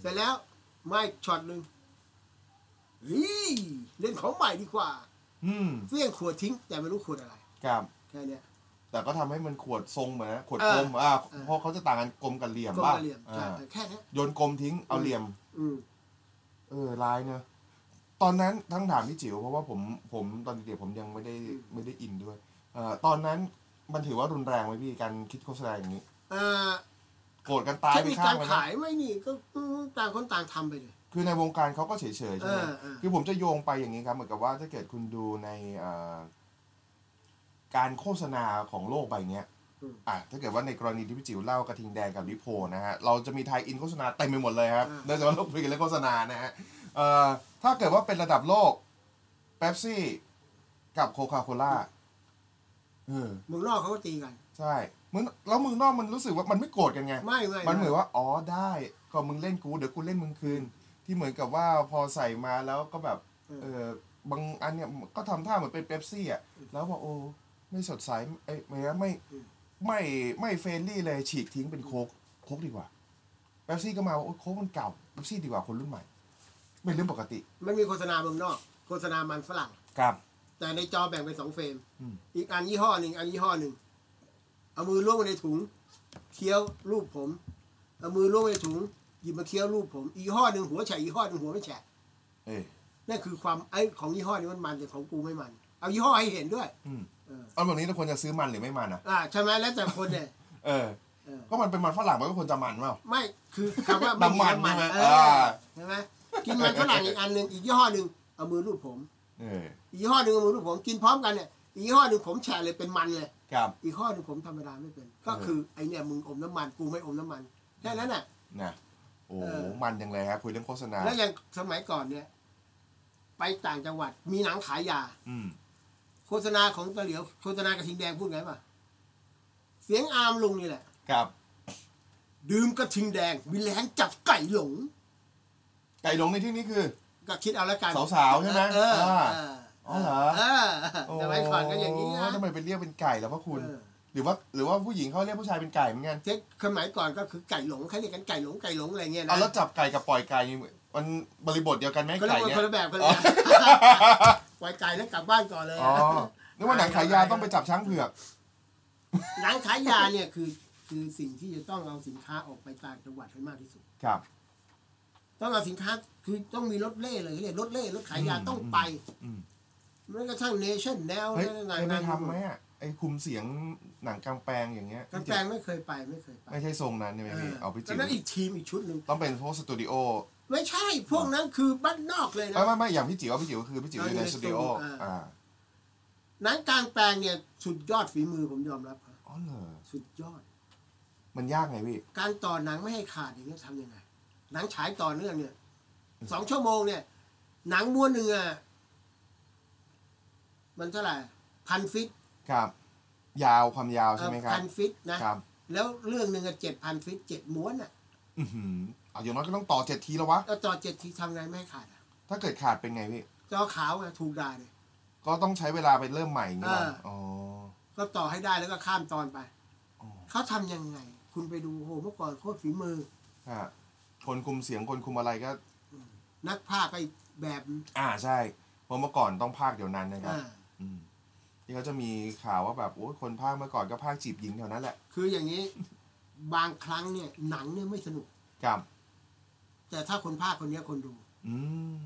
Speaker 2: เสร็จแล้วไม่ช็อตหนึ่งเฮ้ยเล่นของใหม่ดีกว่า
Speaker 1: อืม
Speaker 2: เฟี้ยงขวดทิ้ง แต่ไม่รู้ขวดอะไร
Speaker 1: ครับ
Speaker 2: แค่เนี้ย
Speaker 1: แต่ก็ทำให้มันขวดทรงเหมือนนะขวด
Speaker 2: เออก
Speaker 1: ลมอ่า
Speaker 2: เออ
Speaker 1: เพราะเขาจะต่างกันกลมกับเหลี่ยม
Speaker 2: กลม
Speaker 1: บ้าง
Speaker 2: กระเหลี่ยมใช่
Speaker 1: อ่า
Speaker 2: แค่เนี้ย
Speaker 1: โยนกลมทิ้งเอาเหลี่ยม
Speaker 2: อืม
Speaker 1: เออร้ายเนอะตอนนั้นทั้งถามพี่จิ๋วเพราะว่าผมผมตอนเด็กๆผมยังไม่ได้ไม่ได้อินด้วยเอ่อตอนนั้นมันถือว่ารุนแรงไหมพี่การคิดโฆษณาอย่างนี้
Speaker 2: เอ่อ
Speaker 1: โกรธกันตาย
Speaker 2: เทค
Speaker 1: ไป
Speaker 2: นิ
Speaker 1: ข้าก
Speaker 2: คาง ร
Speaker 1: เลย
Speaker 2: ขา
Speaker 1: นะ
Speaker 2: ยไม่นี่ก็ต่างคนต่างทำไปเลย
Speaker 1: คือในวงการเขาก็เฉยๆใช่ไหม
Speaker 2: เออเออ
Speaker 1: คือผมจะโยงไปอย่างนี้ครับ เหมือนกับว่าถ้าเกิดคุณดูในเอ่อการโฆษณาของโลกใบเนี้ยอ่ะถ้าเกิดว่าในกรณีที่พี่จิ๋วเล่ากระทิงแดงกับลิโพนะฮะเราจะมีไทยอินโฆษณาเต็มไปหมดเลยครับ
Speaker 2: อ่า
Speaker 1: โดยเฉพาะเราคุยกันเรื่องโฆษณานะฮะเอ่อถ้าเกิดว่าเป็นระดับโลกเป๊ปซี่กับโคคาโคล่าเออ
Speaker 2: เมืองนอกเขาก็ตีกัน
Speaker 1: ใช่มึงแล้วมึงนอกมันรู้สึกว่ามันไม่โกรธกันไง
Speaker 2: ไม่ไม่
Speaker 1: มันเหมือนว่าอ๋อได้ก็มึงเล่นกูเดี๋ยวกูเล่นมึงคืน ที่เหมือนกับว่าพอใส่มาแล้วก็แบบเออบางอันเนี่ยก็ทำท่าเหมือนเป็นเป๊ปซี่อ่ะแล้วบอกโอ้ไม่สดใสไอ้ยไม่ไม่ไม่ไม่เฟรนลี่เลยฉีกทิ้งเป็นโคกโคกดีกว่าเป๊ปซี่ก็มาว่าโอ้ยโคกมันเก่าเป๊ปซี่ดีกว่าคนรุ่นใหม่เป็นเรื่องปกติ
Speaker 2: มันมีโฆษณาเมืองนอก โฆษณามันฝรั่ง
Speaker 1: ครับ
Speaker 2: แต่ในจอแบ่งเป็นสองเฟรม
Speaker 1: อืม
Speaker 2: อีกอันยี่ห้อหนึ่งอันยี่ห้อหนึ่งเอามือล้วงไปในถุง เคี้ยวรูปผม เอามือล้วงไปในถุงหยิบมาเคี้ยวรูปผมอีกยี่ห้อหนึ่งหัวแฉะอีกยี่ห้อหนึ่งหัวไม่แฉะ
Speaker 1: เอย
Speaker 2: นั่นคือความไอ้ของยี่ห้อนี้มันมันแต่ของกูไม่มัน เอายี่ห้อให้เห็นด้วย
Speaker 1: อืม
Speaker 2: เออ
Speaker 1: เอาแบบนี้เราควรจะซื้อมันหรือไม่มันอ่ะ
Speaker 2: อ่าใช่ไหมแล้วแต่คนเนี่ย
Speaker 1: เออ
Speaker 2: เออ
Speaker 1: ก็มันเป็นมันฝรั่งมันก็ควรจะมันเปล่า
Speaker 2: ไม่คือคำว่าไม่
Speaker 1: น้ำมัน
Speaker 2: น้ำมัน
Speaker 1: ใช่ไหม
Speaker 2: เออ
Speaker 1: อ่า
Speaker 2: ใช่ไหมกินมันฝรั่งอีกอันหนึ่งอีกยี่ห้อหนึ่งเอามือรูปผม
Speaker 1: เออ
Speaker 2: อีกยี่ห้อหนึ่งเอามือรูปผมกินพร้อมกันเนี่ยอีกยี่ห้อหนึ่งผมแฉะเลยเป็นมันเลย
Speaker 1: ครับ
Speaker 2: อีกข้อหนึ่งผมธรรมดาไม่เป็น ก็คือไอเนี่ยมึงอมน้ำมันกูไม่อมน้ำมันแค่นั้นน่ะ
Speaker 1: นะโอ้
Speaker 2: เออ
Speaker 1: มันยังเลยครับคุยเรื่องโฆษณา
Speaker 2: แล้วอย่างสมัยก่อนเนี่ย ไปต่างจังหวัดมีหนังขายยา
Speaker 1: อืม
Speaker 2: โฆษณาของตะเหลียวโฆษณากระทิงแดงพูดไงป่ะเสียงอาร์มลุงนี่แหละ
Speaker 1: ครับ
Speaker 2: ดื่มกระทิงแดงมีแรงจับไก่หลง
Speaker 1: ไก่หลงในที่นี้คือ
Speaker 2: ก็คิดเอาละกัน
Speaker 1: สาวๆใช่ไหม
Speaker 2: เออ
Speaker 1: อ่า
Speaker 2: เออ
Speaker 1: อ๋อเหรอ
Speaker 2: เออสมัยก่อนก็อย่างนี้นะ
Speaker 1: โทำไมเป็นเรียกเป็นไก่แล้วพระคุณ
Speaker 2: เออ
Speaker 1: หรือว่าหรือว่าผู้หญิงเขาเรียกผู้ชายเป็นไก่เหมือนกัน
Speaker 2: เช็คสมัยก่อนก็คือไก่หลงเขาเรียกกันไก่หลงไก่หลงอะไรเงี้ย
Speaker 1: เอา
Speaker 2: นะ
Speaker 1: แล้วจับไก่กับปล่อยไก่มันบริบทเดียวกันไหม
Speaker 2: เขาเรีย
Speaker 1: ไก่
Speaker 2: กว่า
Speaker 1: เนี่ย
Speaker 2: คนละแบบกันเลยนะ ปล่อยไก่แล้วกลับบ้านก่อนเลย
Speaker 1: อ๋อนึกว่าหนังขายยาต้องไปจับช้างเผือก
Speaker 2: ร้านขายยาเนี่ยคือคือสิ่งที่จะต้องเอาสินค้าออกไปต่างจังหวัดให้มากที่สุด
Speaker 1: ครับ
Speaker 2: ต้องเอาสินค้าคือต้องมีรถเล่เลยเขาเรียกรถเล่รถขายยา
Speaker 1: อืม
Speaker 2: ต้องไป
Speaker 1: อืม
Speaker 2: แม้กระทั่งเนชั่นแนว
Speaker 1: เฮ้ย
Speaker 2: อะไร
Speaker 1: เคยไป
Speaker 2: นั่น
Speaker 1: ทำไหมอ่ะไอ้คุมเสียงหนังกลางแปลงอย่างเงี้ย
Speaker 2: กันแปลงไม่เคยไปไม่เคยไป
Speaker 1: ไม่ใช่ทรงนั้นใช่ไหมพี่เอาพี่จิ๋
Speaker 2: แล้ว วนั่นอีกทีมอีกชุดหนึ่ง
Speaker 1: ต้องเป็นพวกสตูดิโอ
Speaker 2: ไม่ใช่พวกนั้นคือบ้านนอกเลยนะ
Speaker 1: ไม่ไม่ไม่อย่างพี่จิ๋วพี่จิ๋วคือพี่จิ๋วอยู่ในสตูดิโออ่า
Speaker 2: หนังกลางแปลงเนี่ยสุดยอดฝีมือผมยอมรับครับ
Speaker 1: อ๋อเหรอ
Speaker 2: สุดยอด
Speaker 1: มันยากไงพี่
Speaker 2: การต่อหนังไม่ให้ขาดอย่างนี้ยทำยังไง หนังฉายต่อเนื่องเนี่ยสองชั่วโมงเนี่ย หนังม้วนหนึ่งอะมันเท่าไหร่พันฟิต
Speaker 1: ครับ ยาวความยาว
Speaker 2: เอ่
Speaker 1: ใช่
Speaker 2: อ
Speaker 1: ไหมครับ
Speaker 2: พันฟิตนะครับ แล้วเรื่องหนึ่งอะเจ็ดพันฟิตเจ็ดม้วนอะ
Speaker 1: อือหือเอาอย่างน้อยก็ต้องต่อเจ็ดทีแล้ววะ
Speaker 2: แล้วต่อเจ็ดทีทำไงไม่ให้ขาดอะ
Speaker 1: ถ้าเกิดขาดเป็นไงพี่
Speaker 2: จอขาวอะถูกด่าเลย
Speaker 1: ก็ต้องใช้เวลาไปเริ่มใหม่อย่างงี้เหรอ
Speaker 2: เอออ๋
Speaker 1: อ๋อ
Speaker 2: ก็ต่อให้ได้แล้วก็ข้ามตอนไป
Speaker 1: อ๋อ
Speaker 2: เขาทำยังไง คุณไปดูโหเมื่อก่อนโคตรฝีมือ
Speaker 1: ฮะคนคุมเสียงคนคุมอะไรก็
Speaker 2: นักภาคก็อีกแบบ
Speaker 1: อ่าใช่ เพราะเมื่อก่อนต้องพากย์เดี๋ยวนั้นนะครับ
Speaker 2: อ่า
Speaker 1: อืมนี่เขาจะมีข่าวว่าแบบโอ้ยคนพากย์เมื่อก่อนก็พากย์จีบหญิงแถวนั้นแหละ
Speaker 2: คืออย่างนี้ บางครั้งเนี่ย หนังเนี่ยไม่สนุก
Speaker 1: ครับ
Speaker 2: แต่ถ้าคนภาคคนเนี้ยคนดู
Speaker 1: อืม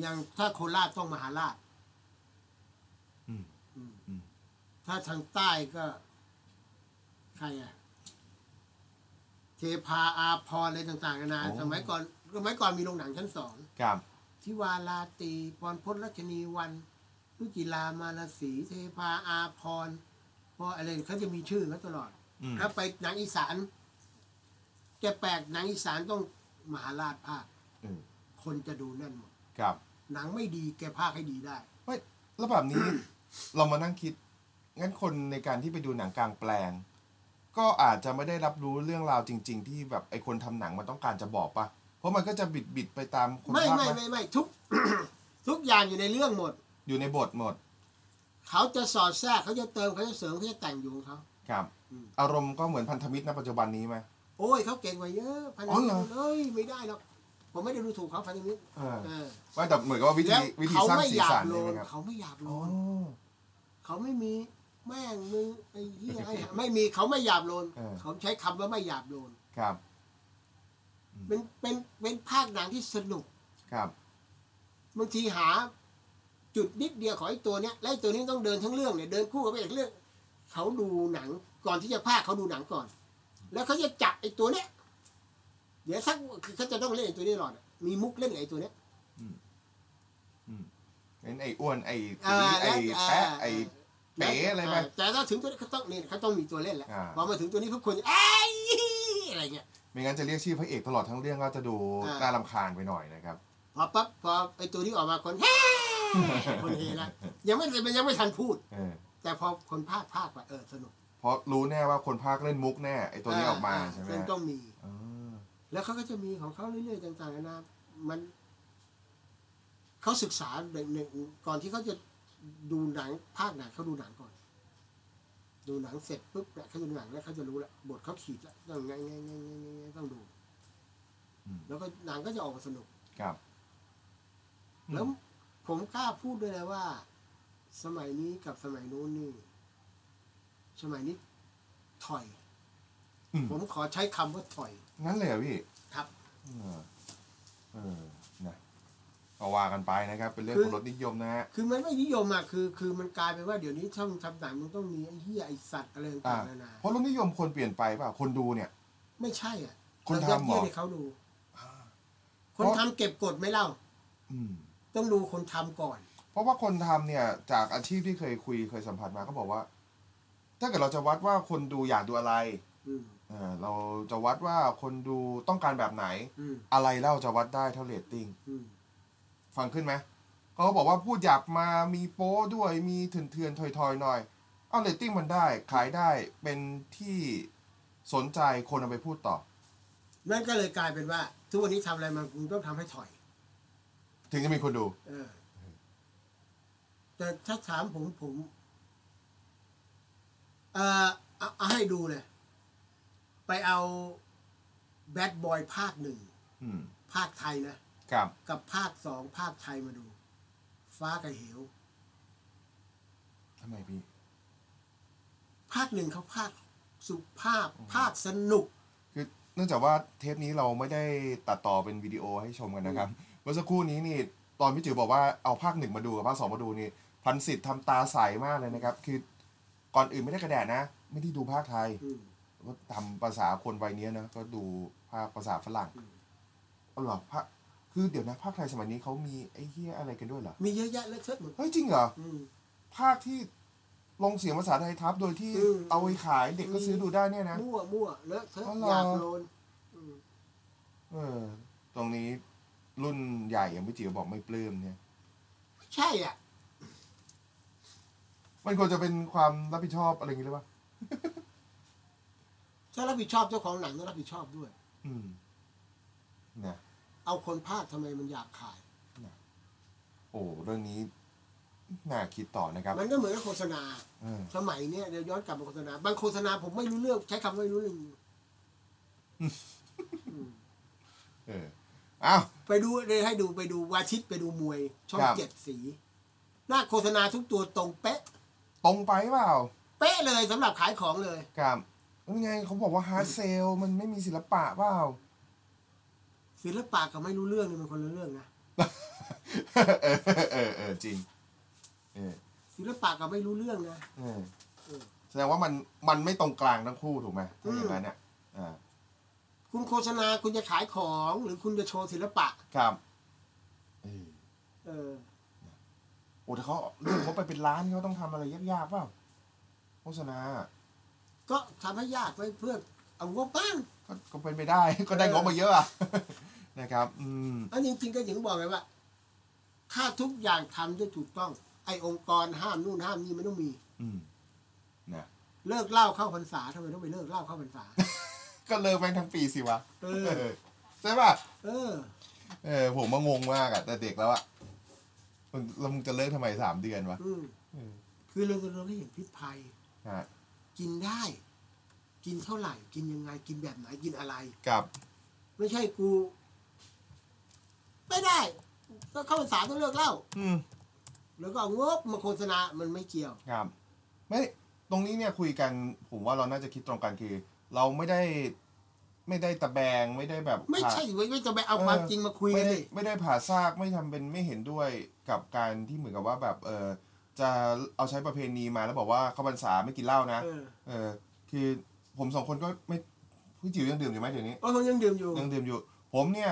Speaker 2: อย่างถ้าโคราชต้องมหาราช
Speaker 1: อืม
Speaker 2: อืม
Speaker 1: อืม
Speaker 2: ถ้าทางใต้ก็ ใครอะเทพาอาพรอะไรต่างๆนานาสมัยก่อนสมัยก่อนมีโรงหนังชั้นสอง
Speaker 1: ครับ
Speaker 2: ทิวาลาตรีพรพจน์รัชนีวันรุจิลามาลสีเทพาอาพรพออะไรเขาจะมีชื่อเขาตลอด
Speaker 1: อืม
Speaker 2: ถ้าไปหนังอีสานจะแปลกหนังอีสานต้องมหาราชภาค
Speaker 1: เออ
Speaker 2: คนจะดูแน่นหมด
Speaker 1: ครับ
Speaker 2: หนังไม่ดีแกภาคให้ดีได้
Speaker 1: ไม่แล้วแบบนี้ เรามานั่งคิด งั้นคนในการที่ไปดูหนังกลางแปลง ก็อาจจะไม่ได้รับรู้เรื่องราวจริง ๆ ที่แบบไอคนทำหนังมันต้องการจะบอกปะเพราะมันก็จะบิดบิดๆไปตามคน
Speaker 2: ไม่
Speaker 1: ภาค
Speaker 2: ไม่
Speaker 1: ปะ
Speaker 2: ไม่ไม่ทุก ทุกอย่างอยู่ในเรื่องหมด
Speaker 1: อยู่ในบทหมด
Speaker 2: เขาจะสอดแทรกเขาจะเติมเขาจะเสริมเขาจะแต่งอยู่ของเขา
Speaker 1: ครับ
Speaker 2: อืม
Speaker 1: อารมณ์ก็เหมือนพันธมิตรณปัจจุบันนี้ไหม
Speaker 2: โอ้ยเขาเก่งกว่าเยอะพันธ
Speaker 1: อ๋อ
Speaker 2: มิ
Speaker 1: เหรอ
Speaker 2: ตรเอ้ยไม่ได้หรอกผมไม่ได้ดูถูกเขาพันธมิตร
Speaker 1: เออ
Speaker 2: เออ
Speaker 1: ไม่แต่เหมือนกับว่าวิธี
Speaker 2: แล้ว
Speaker 1: วิธี
Speaker 2: เขา
Speaker 1: สร้าง
Speaker 2: ไม่
Speaker 1: สี
Speaker 2: อยา
Speaker 1: สั
Speaker 2: ก
Speaker 1: น
Speaker 2: โล
Speaker 1: ใช่ไหมค
Speaker 2: น
Speaker 1: รับ
Speaker 2: เขาไม่อยากโล
Speaker 1: อ๋อน
Speaker 2: เขาไม่มีแม่งมือไอ้เหี้ยไอ้หาไม่มีเขาไม่อยากโลนเขาใช้คำว่าไม่อยากโลน
Speaker 1: ครับ
Speaker 2: เป็นเป็นเป็นภาคหนังที่สนุก
Speaker 1: ครับ
Speaker 2: บางทีหา จุดนิดเดียวของไอ้ตัวเนี้ยแล้วไอ้ตัวนี้ต้องเดินทั้งเรื่องเนี่ยเดินคู่กับไอ้เรื่อง เขาดูหนังก่อนที่จะภาคเขาดูหนังก่อน แล้วเขาจะจับไอ้ตัวเนี้ยเดี๋ยวสักคือเขาจะต้องเล่นไอ้ตัวนี้ตลอดอะมีมุกเล่นไอ้ตัวเนี้ย
Speaker 1: งั้นไอ้อ้วนไอ้
Speaker 2: เอ่
Speaker 1: ตี
Speaker 2: อ
Speaker 1: ไอ้แปะไอ้
Speaker 2: แล้วเอ่อ
Speaker 1: เป๋อะไรไป
Speaker 2: แต่ถ้าถึงตัวนี้เขาต้องเนี่ยเขาต้องมีตัวเล่นแล้ว
Speaker 1: อ่า
Speaker 2: พอมาถึงตัวนี้ทุกคนเอ้ยอะไรเงี้ย
Speaker 1: ไม่งั้นจะเรียกชื่อพระเอกตลอดทั้งเรื่องก็จะดู
Speaker 2: อ่า
Speaker 1: น่ารำคาญไปหน่อยนะครับ
Speaker 2: พอปั๊บพอไอตัวนี้ออกมาคนเฮ้คนเฮนะยังไม่มันยังไม่ทันพูด
Speaker 1: เออ
Speaker 2: แต่พอคนภาคภาคไปเออสนุก
Speaker 1: เพราะรู้แน่ว่าคนภาคเล่นมุกแน่ไอตัวนี้ออกมาใช่ไหม
Speaker 2: ซึ่งต้องมี
Speaker 1: อ๋อ
Speaker 2: แล้วเขาก็จะมีของเขาเรื่อยๆต่างๆนานามันเขาศึกษาในในก่อนที่เขาจะดูหนังภาคหนังเขาดูหนังก่อน ดูหนังเสร็จปุ๊บเนี่ยเขาดูหนังแล้วเขาจะรู้ละบทเขาขีดละต้องไงไงไงไงไงไงต้องดู แล้วก็หนังก็จะออกมาสนุก
Speaker 1: ครับ อืม
Speaker 2: แล้วผมกล้าพูดด้วยนะว่า สมัยนี้กับสมัยโน้นนี่ สมัยนี้ถอย
Speaker 1: อืม
Speaker 2: ผมขอใช้คำว่าถอย
Speaker 1: งั้นเลยเหรอพี่
Speaker 2: ครับ
Speaker 1: เออเออนะเอาว่ากันไปนะครับ เป็นเรื่อง
Speaker 2: คือ
Speaker 1: ของรสนิยมนะฮะ
Speaker 2: คือมันไม่นิยมอะคือ คือมันกลายเป็นว่าเดี๋ยวนี้ช่องทำหนังมันต้องมีไอ้เหี้ยไอ้สัตว์อะไรต่างๆ
Speaker 1: อ่
Speaker 2: นานา
Speaker 1: เพราะรสนิยมคนเปลี่ยนไปเปล่าคนดูเนี่ย
Speaker 2: ไม่ใช่อ่ะ
Speaker 1: คน
Speaker 2: เรายัด
Speaker 1: ทำเหรอ
Speaker 2: เยียดให้เขาดู
Speaker 1: เพ
Speaker 2: คน
Speaker 1: ราะ
Speaker 2: ทำเก็บกดไหม่เล่า
Speaker 1: อืม
Speaker 2: ต้องดูคนทำก่อน
Speaker 1: เพราะว่าคนทำเนี่ย จากอาชีพที่เคยคุยเคยสัมผัสมาก็บอกว่า ถ้าเกิดเราจะวัดว่าคนดูอยากดูอะไร
Speaker 2: อืม
Speaker 1: เออเราจะวัดว่าคนดูต้องการแบบไหน
Speaker 2: อืม
Speaker 1: อะไรเล่าจะวัดได้เท่าเรตติ้ง
Speaker 2: อืม
Speaker 1: ฟังขึ้นไหมเขาก็บอกว่าพูดหยาบมามีโป้ด้วยมีเถื่อนๆทอยๆหน่อย เอาเรตติ้งมันได้ ขายได้เป็นที่สนใจคนเอาไปพูดต่อ
Speaker 2: นั่นก็เลยกลายเป็นว่า ทุกวันนี้ทำอะไรมันคุณต้องทำให้ถอย
Speaker 1: ถึงจะมีคนดู
Speaker 2: เออ แต่ถ้าถามผมผม เออเอาเอาให้ดูเลย ไปเอาแบดบอยภาคหนึ่ง
Speaker 1: อืม
Speaker 2: ภาคไทยนะ
Speaker 1: ครับ
Speaker 2: กับภาคสองภาคไทยมาดู ฟ้ากับเหว
Speaker 1: ทำไมพี่
Speaker 2: ภาคหนึ่งเขาภาคสุภาพ ภาคสนุก
Speaker 1: คือเนื่องจากว่าเทปนี้เราไม่ได้ตัดต่อเป็นวิดีโอให้ชมกันนะครับ เมื่อสักครู่นี้นี่ ตอนพี่จิ๋วบอกว่าเอาภาคหนึ่งมาดูกับภาคสองมาดูนี่ พันสิทธิ์ทำตาใสมากเลยนะครับ คือก่อนอื่นไม่ได้กระแดะนะ ไม่ได้ดูภาคไทย
Speaker 2: อืม
Speaker 1: ก็ทำภาษาคนวัยเนี้ยนะ ก็ดูภาคภาษาฝรั่ง
Speaker 2: อืม
Speaker 1: เอาเหรอภาคคือเดี๋ยวนะภาคไทยสมัยนี้เขามีไอ้เฮียอะไรกันด้วยเหรอ
Speaker 2: มีเยอะแยะเลอะเทอะหมด
Speaker 1: เฮ้ยจริงเหรอ
Speaker 2: อืม
Speaker 1: ภาคที่ ลงเสียงภาษาไทยทับ โดยที่
Speaker 2: อืม
Speaker 1: เอาไปขายเด็กก็ซื้อดูได้เนี่ยนะ
Speaker 2: มั่วมั่วเลอะเทอะ
Speaker 1: อ๋อเหรอ
Speaker 2: อยากโลนอืม
Speaker 1: เออ ตรงนี้รุ่นใหญ่อย่างพี่จิ๋วบอกไม่ปลื้มเนี่ย
Speaker 2: ไม่ใช่อ่ะ
Speaker 1: มันควรจะเป็นความรับผิดชอบอะไรอย่างงี้หรือเปล่า
Speaker 2: ถ้ารับผิดชอบเจ้าของหนังต้องรับผิดชอบด้วย
Speaker 1: อืมนะ
Speaker 2: เอาคนพลาดทำไมมันอยากขาย
Speaker 1: โอ้เรื่องนี้น่าคิดต่อนะครับ
Speaker 2: มันก็เหมือนกับโฆษณา
Speaker 1: เออ
Speaker 2: สมัยเนี้ยเดี๋ยวย้อนกลับมาโฆษณา บางโฆษณาผมไม่รู้เรื่องใช้คำว่าไม่รู้เรื่อง
Speaker 1: เอออ้าว
Speaker 2: ไปดูเลยให้ดูไปดูวาทิตไปดูมวย ช่อง
Speaker 1: ครับ
Speaker 2: เจ็ดสี หน้าโฆษณาทุกตัวตรงเป๊ะ
Speaker 1: ตรงไปเปล่า
Speaker 2: เป๊ะเลยสำหรับขายของเลย
Speaker 1: กับยังไงเขาบอกว่าฮาร์ดเซลมันไม่มีศิลปะเปล่า
Speaker 2: ศิลปะกับไม่รู้เรื่องเนี่ยมันคนละเรื่องนะ
Speaker 1: เออเออเออจริงเออ
Speaker 2: ศิลปะกับไม่รู้เรื่องนะ
Speaker 1: เออแสดงว่ามันมันไม่ตรงกลางทั้งคู่ถูกไหมถ้าอย่างนั้นเนี่ยอ่า
Speaker 2: คุณโฆษณาคุณจะขายของ หรือคุณจะโชว์ศิลปะ
Speaker 1: ครับเออ
Speaker 2: เออ
Speaker 1: โอ้แต่เขาเรื่องเขาไปเป็นร้านเขาต้องทำอะไรยากๆเปล่าโฆษณา
Speaker 2: ก็ทำให้ยากไว้เพื่อเอางบบ้าง
Speaker 1: ก็ก็เป็นไปได้ ก็ได้งบมาเยอะ อะ นะครับ อืม
Speaker 2: อันจริงๆก็ถึงบอกไงว่า ถ้าทุกอย่างทำได้ถูกต้อง ไอ้องค์กรห้ามนู่นห้ามนี่มันต้องมี
Speaker 1: อืมนะ
Speaker 2: เลิกเหล้าเข้าพรรษาทำไมต้องไปเลิกเหล้าเข้าพรรษา
Speaker 1: ก็เลิกแม่งทั้งปีสิวะ
Speaker 2: เออ
Speaker 1: เออใช่ป่ะ
Speaker 2: เออ
Speaker 1: เออผมมางงมากอะแต่เด็กแล้วอะมันแล้วมึงจะเลิกทำไมสามเดือนวะ
Speaker 2: อืมคือเราเราได้เห็นพิษภัย
Speaker 1: ฮะ
Speaker 2: กินได้ กินเท่าไหร่ กินยังไง กินแบบไหน กินอะไร
Speaker 1: กับ
Speaker 2: ไม่ใช่กู ไม่ได้ ก็เข้าพรรษาต้องเลิกเหล้า
Speaker 1: อืม
Speaker 2: แล้วก็เอางบมาโฆษณา มันไม่เกี่ยว
Speaker 1: ครับไม่ตรงนี้เนี่ยคุยกัน ผมว่าเราน่าจะคิดตรงกันคือ เราไม่ได้ ไม่ได้ตะแบงไม่ได้แบบ
Speaker 2: ไม่ใช่เว้ยไม่จะไปเอาความจริงมาคุย
Speaker 1: ไม่
Speaker 2: กัน
Speaker 1: ได้
Speaker 2: ดิ
Speaker 1: ไม่ได้ผ่าซากไม่ทำเป็นไม่เห็นด้วยกับการที่เหมือนกับว่าแบบ เออจะเอาใช้ประเพณีมาแล้วบอกว่าเข้าพรรษาไม่กินเหล้านะ
Speaker 2: เออ
Speaker 1: เออ คือผมสองคนก็ไม่พี่จิ๋วยังดื่มอยู่ไหมเดี๋ยวนี้
Speaker 2: เพราะผมยังดื่มอยู่
Speaker 1: ยังดื่มอยู่ ผมเนี่ย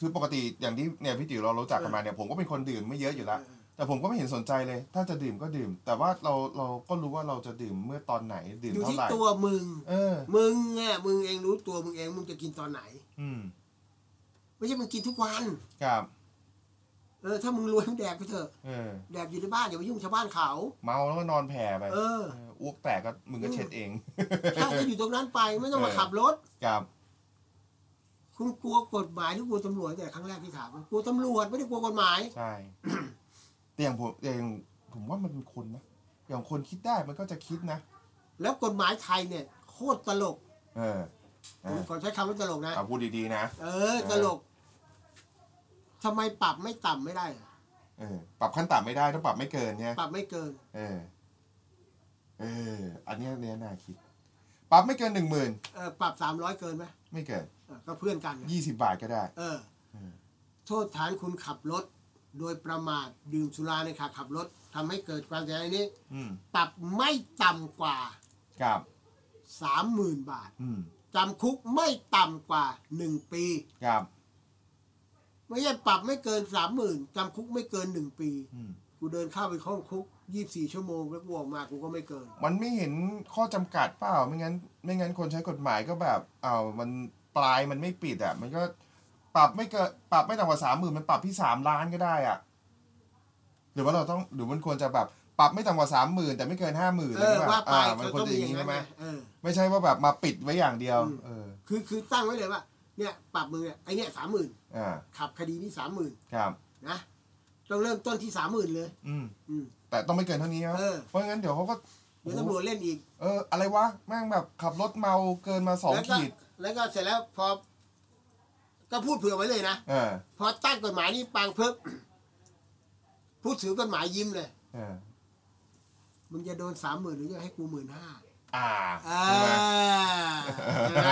Speaker 1: คือปกติอย่างที่เนี่ยพี่ติ๋วเรารู้จักกันมาเนี่ยผมก็เป็นคนดื่มไม่เยอะอยู่แล้ว
Speaker 2: เออ
Speaker 1: แต่ผมก็ไม่เห็นสนใจเลย ถ้าจะดื่มก็ดื่ม แต่ว่าเราเราก็รู้ว่าเราจะดื่มเมื่อตอนไหนดื่ม
Speaker 2: อยู่
Speaker 1: เท่า
Speaker 2: ที่
Speaker 1: ไหร่
Speaker 2: ตัวมึง
Speaker 1: เออ
Speaker 2: มึงเนี่ยมึงเองรู้ตัวมึงเองมึงจะกินตอนไหน
Speaker 1: อืม
Speaker 2: ไม่ใช่มึงกินทุกวัน
Speaker 1: ครับ
Speaker 2: เออถ้ามึงรวยมึงแดกไปเถอะ
Speaker 1: เออ
Speaker 2: แดกอยู่ในบ้านอย่าไปยุ่งชาวบ้านเขา
Speaker 1: เมาแล้วก็นอนแผ่ไป
Speaker 2: เออ
Speaker 1: เอออ้วกแตกก็มึงก็เช็ดเอง
Speaker 2: ใช่ก็อยู่ตรงนั้นไปไม่ต้องมาขับรถ
Speaker 1: ครับ
Speaker 2: คุณกลัวกฎหมายหรือกลัวตำรวจตั้งแต่ครั้งแรกที่ถามว่ากลัวตำรวจไม่ได้กลัวกฎหมาย
Speaker 1: ใช่ แต่อย่างผมอย่างผมว่ามันเป็นคนนะอย่างคนคิดได้มันก็จะคิดนะ
Speaker 2: แล้วกฎหมายไทยเนี่ยโคตรตลก
Speaker 1: เออเอ
Speaker 2: ผม
Speaker 1: อ
Speaker 2: ขอใช้คำว่าตลกนะ
Speaker 1: เอาพูดดีๆนะ
Speaker 2: เออ ตลกทำไมปรับไม่ต่ำไม่ได้อะ
Speaker 1: เออปรับขั้นต่ำไม่ได้ต้องปรับไม่เกินเนี่ย
Speaker 2: ปรับไม่เกิน
Speaker 1: เออ เออ อันเนี้ยเนี่ยน่าคิด ปรับไม่เกินหนึ่งหมื่น
Speaker 2: เออปรับสามร้อยเกินไหม
Speaker 1: ไม่เกิน
Speaker 2: เออก็เพื่อนกันไง
Speaker 1: ยี่สิบบาทก็ได้
Speaker 2: เออ
Speaker 1: เออ
Speaker 2: โทษฐานคุณขับรถ โดยประมาทดื่มสุราในขณะขับรถทำให้เกิดความเสียหายนี้
Speaker 1: อืม
Speaker 2: ปรับไม่ต่ำกว่า
Speaker 1: ครับ
Speaker 2: 30,000 บาท
Speaker 1: อืม
Speaker 2: จำคุกไม่ต่ำกว่า 1 ปี
Speaker 1: ครับ
Speaker 2: ไม่ใช่ปรับไม่เกิน 30,000จำคุกไม่เกิน 1 ปี
Speaker 1: อืม
Speaker 2: กูเดินเข้าไปห้องคุก 24 ชั่วโมงแล้วกูออกมากูก็ไม่เกิน
Speaker 1: มันไม่เห็นข้อจำกัดเปล่า ไม่งั้น ไม่งั้นคนใช้กฎหมายก็แบบอ้าวมันปลายมันไม่ปิดอ่ะ มันก็ปรับไม่เกินปรับไม่ต่ำกว่าสามหมื่นมันปรับที่สามล้านก็ได้อ่ะ หรือว่าเราต้องหรือมันควรจะแบบปรับไม่ต่ำกว่าสามหมื่นแต่ไม่เกินห้าหมื่น
Speaker 2: เออว่าไป
Speaker 1: มัน
Speaker 2: จะ
Speaker 1: ควร
Speaker 2: ต้อง
Speaker 1: จะ
Speaker 2: มีอ
Speaker 1: อา
Speaker 2: ย่ย่าง ง
Speaker 1: นี้
Speaker 2: นั้น
Speaker 1: ใช่ไหม
Speaker 2: ไงเออ
Speaker 1: ไม่ใช่ว่าแบบมาปิดไว้อย่างเดียว
Speaker 2: อืม
Speaker 1: เออ
Speaker 2: คือคือตั้งไว้เลยว่าเนี่ยปรับมึงเนี่ยไอเนี่ยสามหมื่น
Speaker 1: อ่า
Speaker 2: ขับคดีนี่สามหมื่น
Speaker 1: ครับ
Speaker 2: นะต้องเริ่มต้นที่สามหมื่นเลย
Speaker 1: อืม
Speaker 2: อืม
Speaker 1: แต่ต้องไม่เกินเท่านี้นะ
Speaker 2: เออ
Speaker 1: เพราะงั้นเดี๋ยวเขาก็
Speaker 2: เดี๋ยวตำรวจเล่นอีก
Speaker 1: เออ อะไรวะ แม่งแบบขับรถเมาเกินมาสอง
Speaker 2: แล้วก็
Speaker 1: ขีด
Speaker 2: แล้วก็เสร็จแล้วพอ ก็พูดเผื่อไว้เลยนะ
Speaker 1: เออ
Speaker 2: พอตั้งกฎหมายนี้ปังเพิ่ม พูดถือกฎหมายยิ้มเลย
Speaker 1: เออ
Speaker 2: มึงจะโดนสามหมื่นหรือจะให้กูหมื่นห้า
Speaker 1: อ่า
Speaker 2: อ่า
Speaker 1: ใช่ไหม
Speaker 2: ใช่ไหม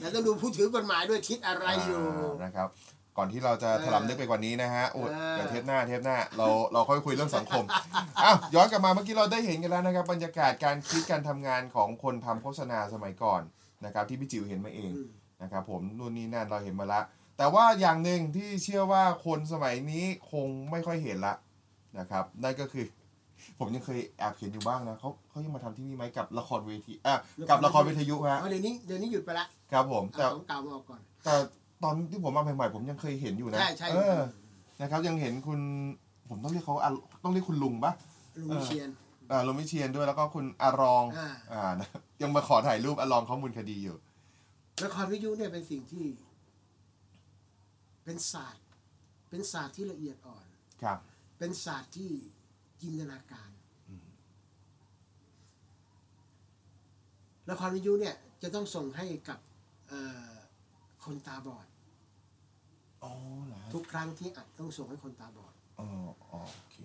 Speaker 2: แล้วต้องดูผู้ถือกฎหมายด้วยคิดอะไรอยู่
Speaker 1: านะครับ ก่อนที่เราจะ
Speaker 2: เออ
Speaker 1: ถลำลึกไปกว่านี้นะฮะโอ้
Speaker 2: เออ
Speaker 1: เดี๋ยวเทปหน้าเทปหน้า เราเราค่อยคุยเรื่องสังคม อ้าวย้อนกลับมาเมื่อกี้เราได้เห็นกันแล้วนะครับ บรรยากาศการคิดการทำงานของคนทำโฆษณาสมัยก่อนนะครับ ที่พี่จิ๋วเห็นมาเอง นะครับผมนู่นนี่นั่นเราเห็นมาละ แต่ว่าอย่างหนึ่งที่เชื่อว่าคนสมัยนี้คงไม่ค่อยเห็นละนะครับ นั่นก็คือ ผมยังเคยแอบเขียนอยู่บ้างนะเขาเขายังมาทำที่นี่ไหมกับละครเวทีอ่ะกับละครวิทยุฮะ
Speaker 2: เอาเดี๋ยวนี้เดี๋ยวนี้หยุดไปละ
Speaker 1: ครับผมแต่
Speaker 2: เอาของเก่ามาออกก่อน
Speaker 1: แต่ตอนที่ผมมาใหม่ๆผมยังเคยเห็นอยู่นะ
Speaker 2: ใช่ใช่
Speaker 1: เออนะครับ ยังเห็นคุณผมต้องเรียกเขาอ่ะต้องเรียกคุณลุงปะ
Speaker 2: ลุง
Speaker 1: เออ
Speaker 2: วิเชียน
Speaker 1: อ่าลมวิเชียนด้วยแล้วก็คุณอารอง
Speaker 2: อ่า
Speaker 1: อ่านะ ยังมาขอถ่ายรูปอารองข้อมูลคดีอยู่
Speaker 2: ละครวิทยุเนี่ยเป็นสิ่งที่ เป็นศาสตร์ เป็นศาสตร์ที่ละเอียดอ่อน
Speaker 1: ครับ
Speaker 2: เป็นศาสตร์ที่จินตนาการละครวิทยุเนี่ยจะต้องส่งให้กับเอ่อคนตาบอด
Speaker 1: อ๋อเหรอฮะ
Speaker 2: ทุกครั้งที่อัดต้องส่งให้คนตาบอด
Speaker 1: อ๋ออ๋อโอเค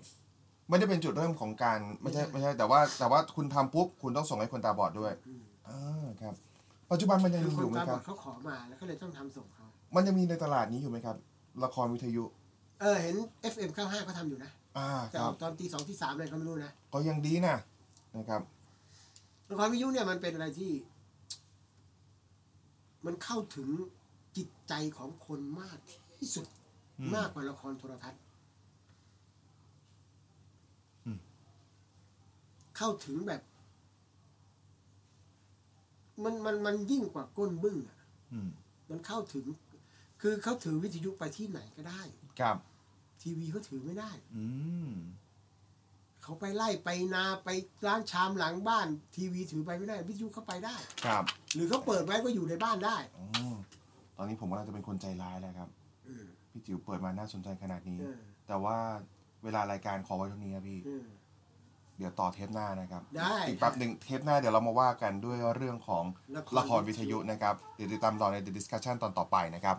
Speaker 1: ไม่ได้เป็นจุดเริ่มของการไม่ใช่
Speaker 2: ไม่ใช่
Speaker 1: ไม่ใช่แต่ว่าแต่ว่าคุณทำปุ๊บคุณต้องส่งให้คนตาบอดด้วยอ่าครับ ปัจจุบันมันยัง
Speaker 2: คือ
Speaker 1: มี
Speaker 2: ค
Speaker 1: อน ยู่ไหม
Speaker 2: ตา
Speaker 1: ค
Speaker 2: บ
Speaker 1: รั
Speaker 2: อบ ดเขาขอมาแล้วก็เลยต้องทำส่งเขา
Speaker 1: มันยังมีในตลาดนี้อยู่ไหมครับ ละครวิทยุ
Speaker 2: เออเห็น FM 95เขาทำอยู่นะ
Speaker 1: อ่า
Speaker 2: แต่
Speaker 1: ครั
Speaker 2: ออบ กตอนตีสองที่สามอะไรเขาไม่รู้นะ
Speaker 1: ก็ยังดีนะนะครับ
Speaker 2: ละครวิทยุเนี่ยมันเป็นอะไรที่ มันเข้าถึงจิตใจของคนมากที่สุด
Speaker 1: อืม
Speaker 2: มากกว่าละครโทรทัศน์
Speaker 1: อืม
Speaker 2: เข้าถึงแบบ มันมันมันยิ่งกว่าก้นบึ้งอ่ะ
Speaker 1: อืม
Speaker 2: มันเข้าถึง คือเขาถือวิทยุไปที่ไหนก็ได้
Speaker 1: ครับ
Speaker 2: ทีวีเขาถือไม่ได้
Speaker 1: อืม
Speaker 2: เขาไปไล่ไปนาไปร้านชามหลังบ้าน ทีวีถือไปไม่ได้ วิทยุเขาไปได้
Speaker 1: ครับ
Speaker 2: หรือเขาเปิดไว้ก็อยู่ในบ้านได้
Speaker 1: อ๋อตอนนี้ผมกำลังจะเป็นคนใจร้ายแล้วครับ
Speaker 2: เออ
Speaker 1: พี่จิ๋วเปิดมาน่าสนใจขนาดนี้
Speaker 2: เออ
Speaker 1: แต่ว่าเวลารายการขอไว้เท่านี้ครับพี่
Speaker 2: เออ
Speaker 1: เดี๋ยวต่อเทปหน้านะครับ
Speaker 2: ได้
Speaker 1: อีกแป๊บหนึ่งเทปหน้าเดี๋ยวเรามาว่ากันด้วยเรื่องของ
Speaker 2: ละคร
Speaker 1: ละครวิทยุนะครับ เดี๋ยวติดตามรอใน The Discussion ตอนต่อไปนะครับ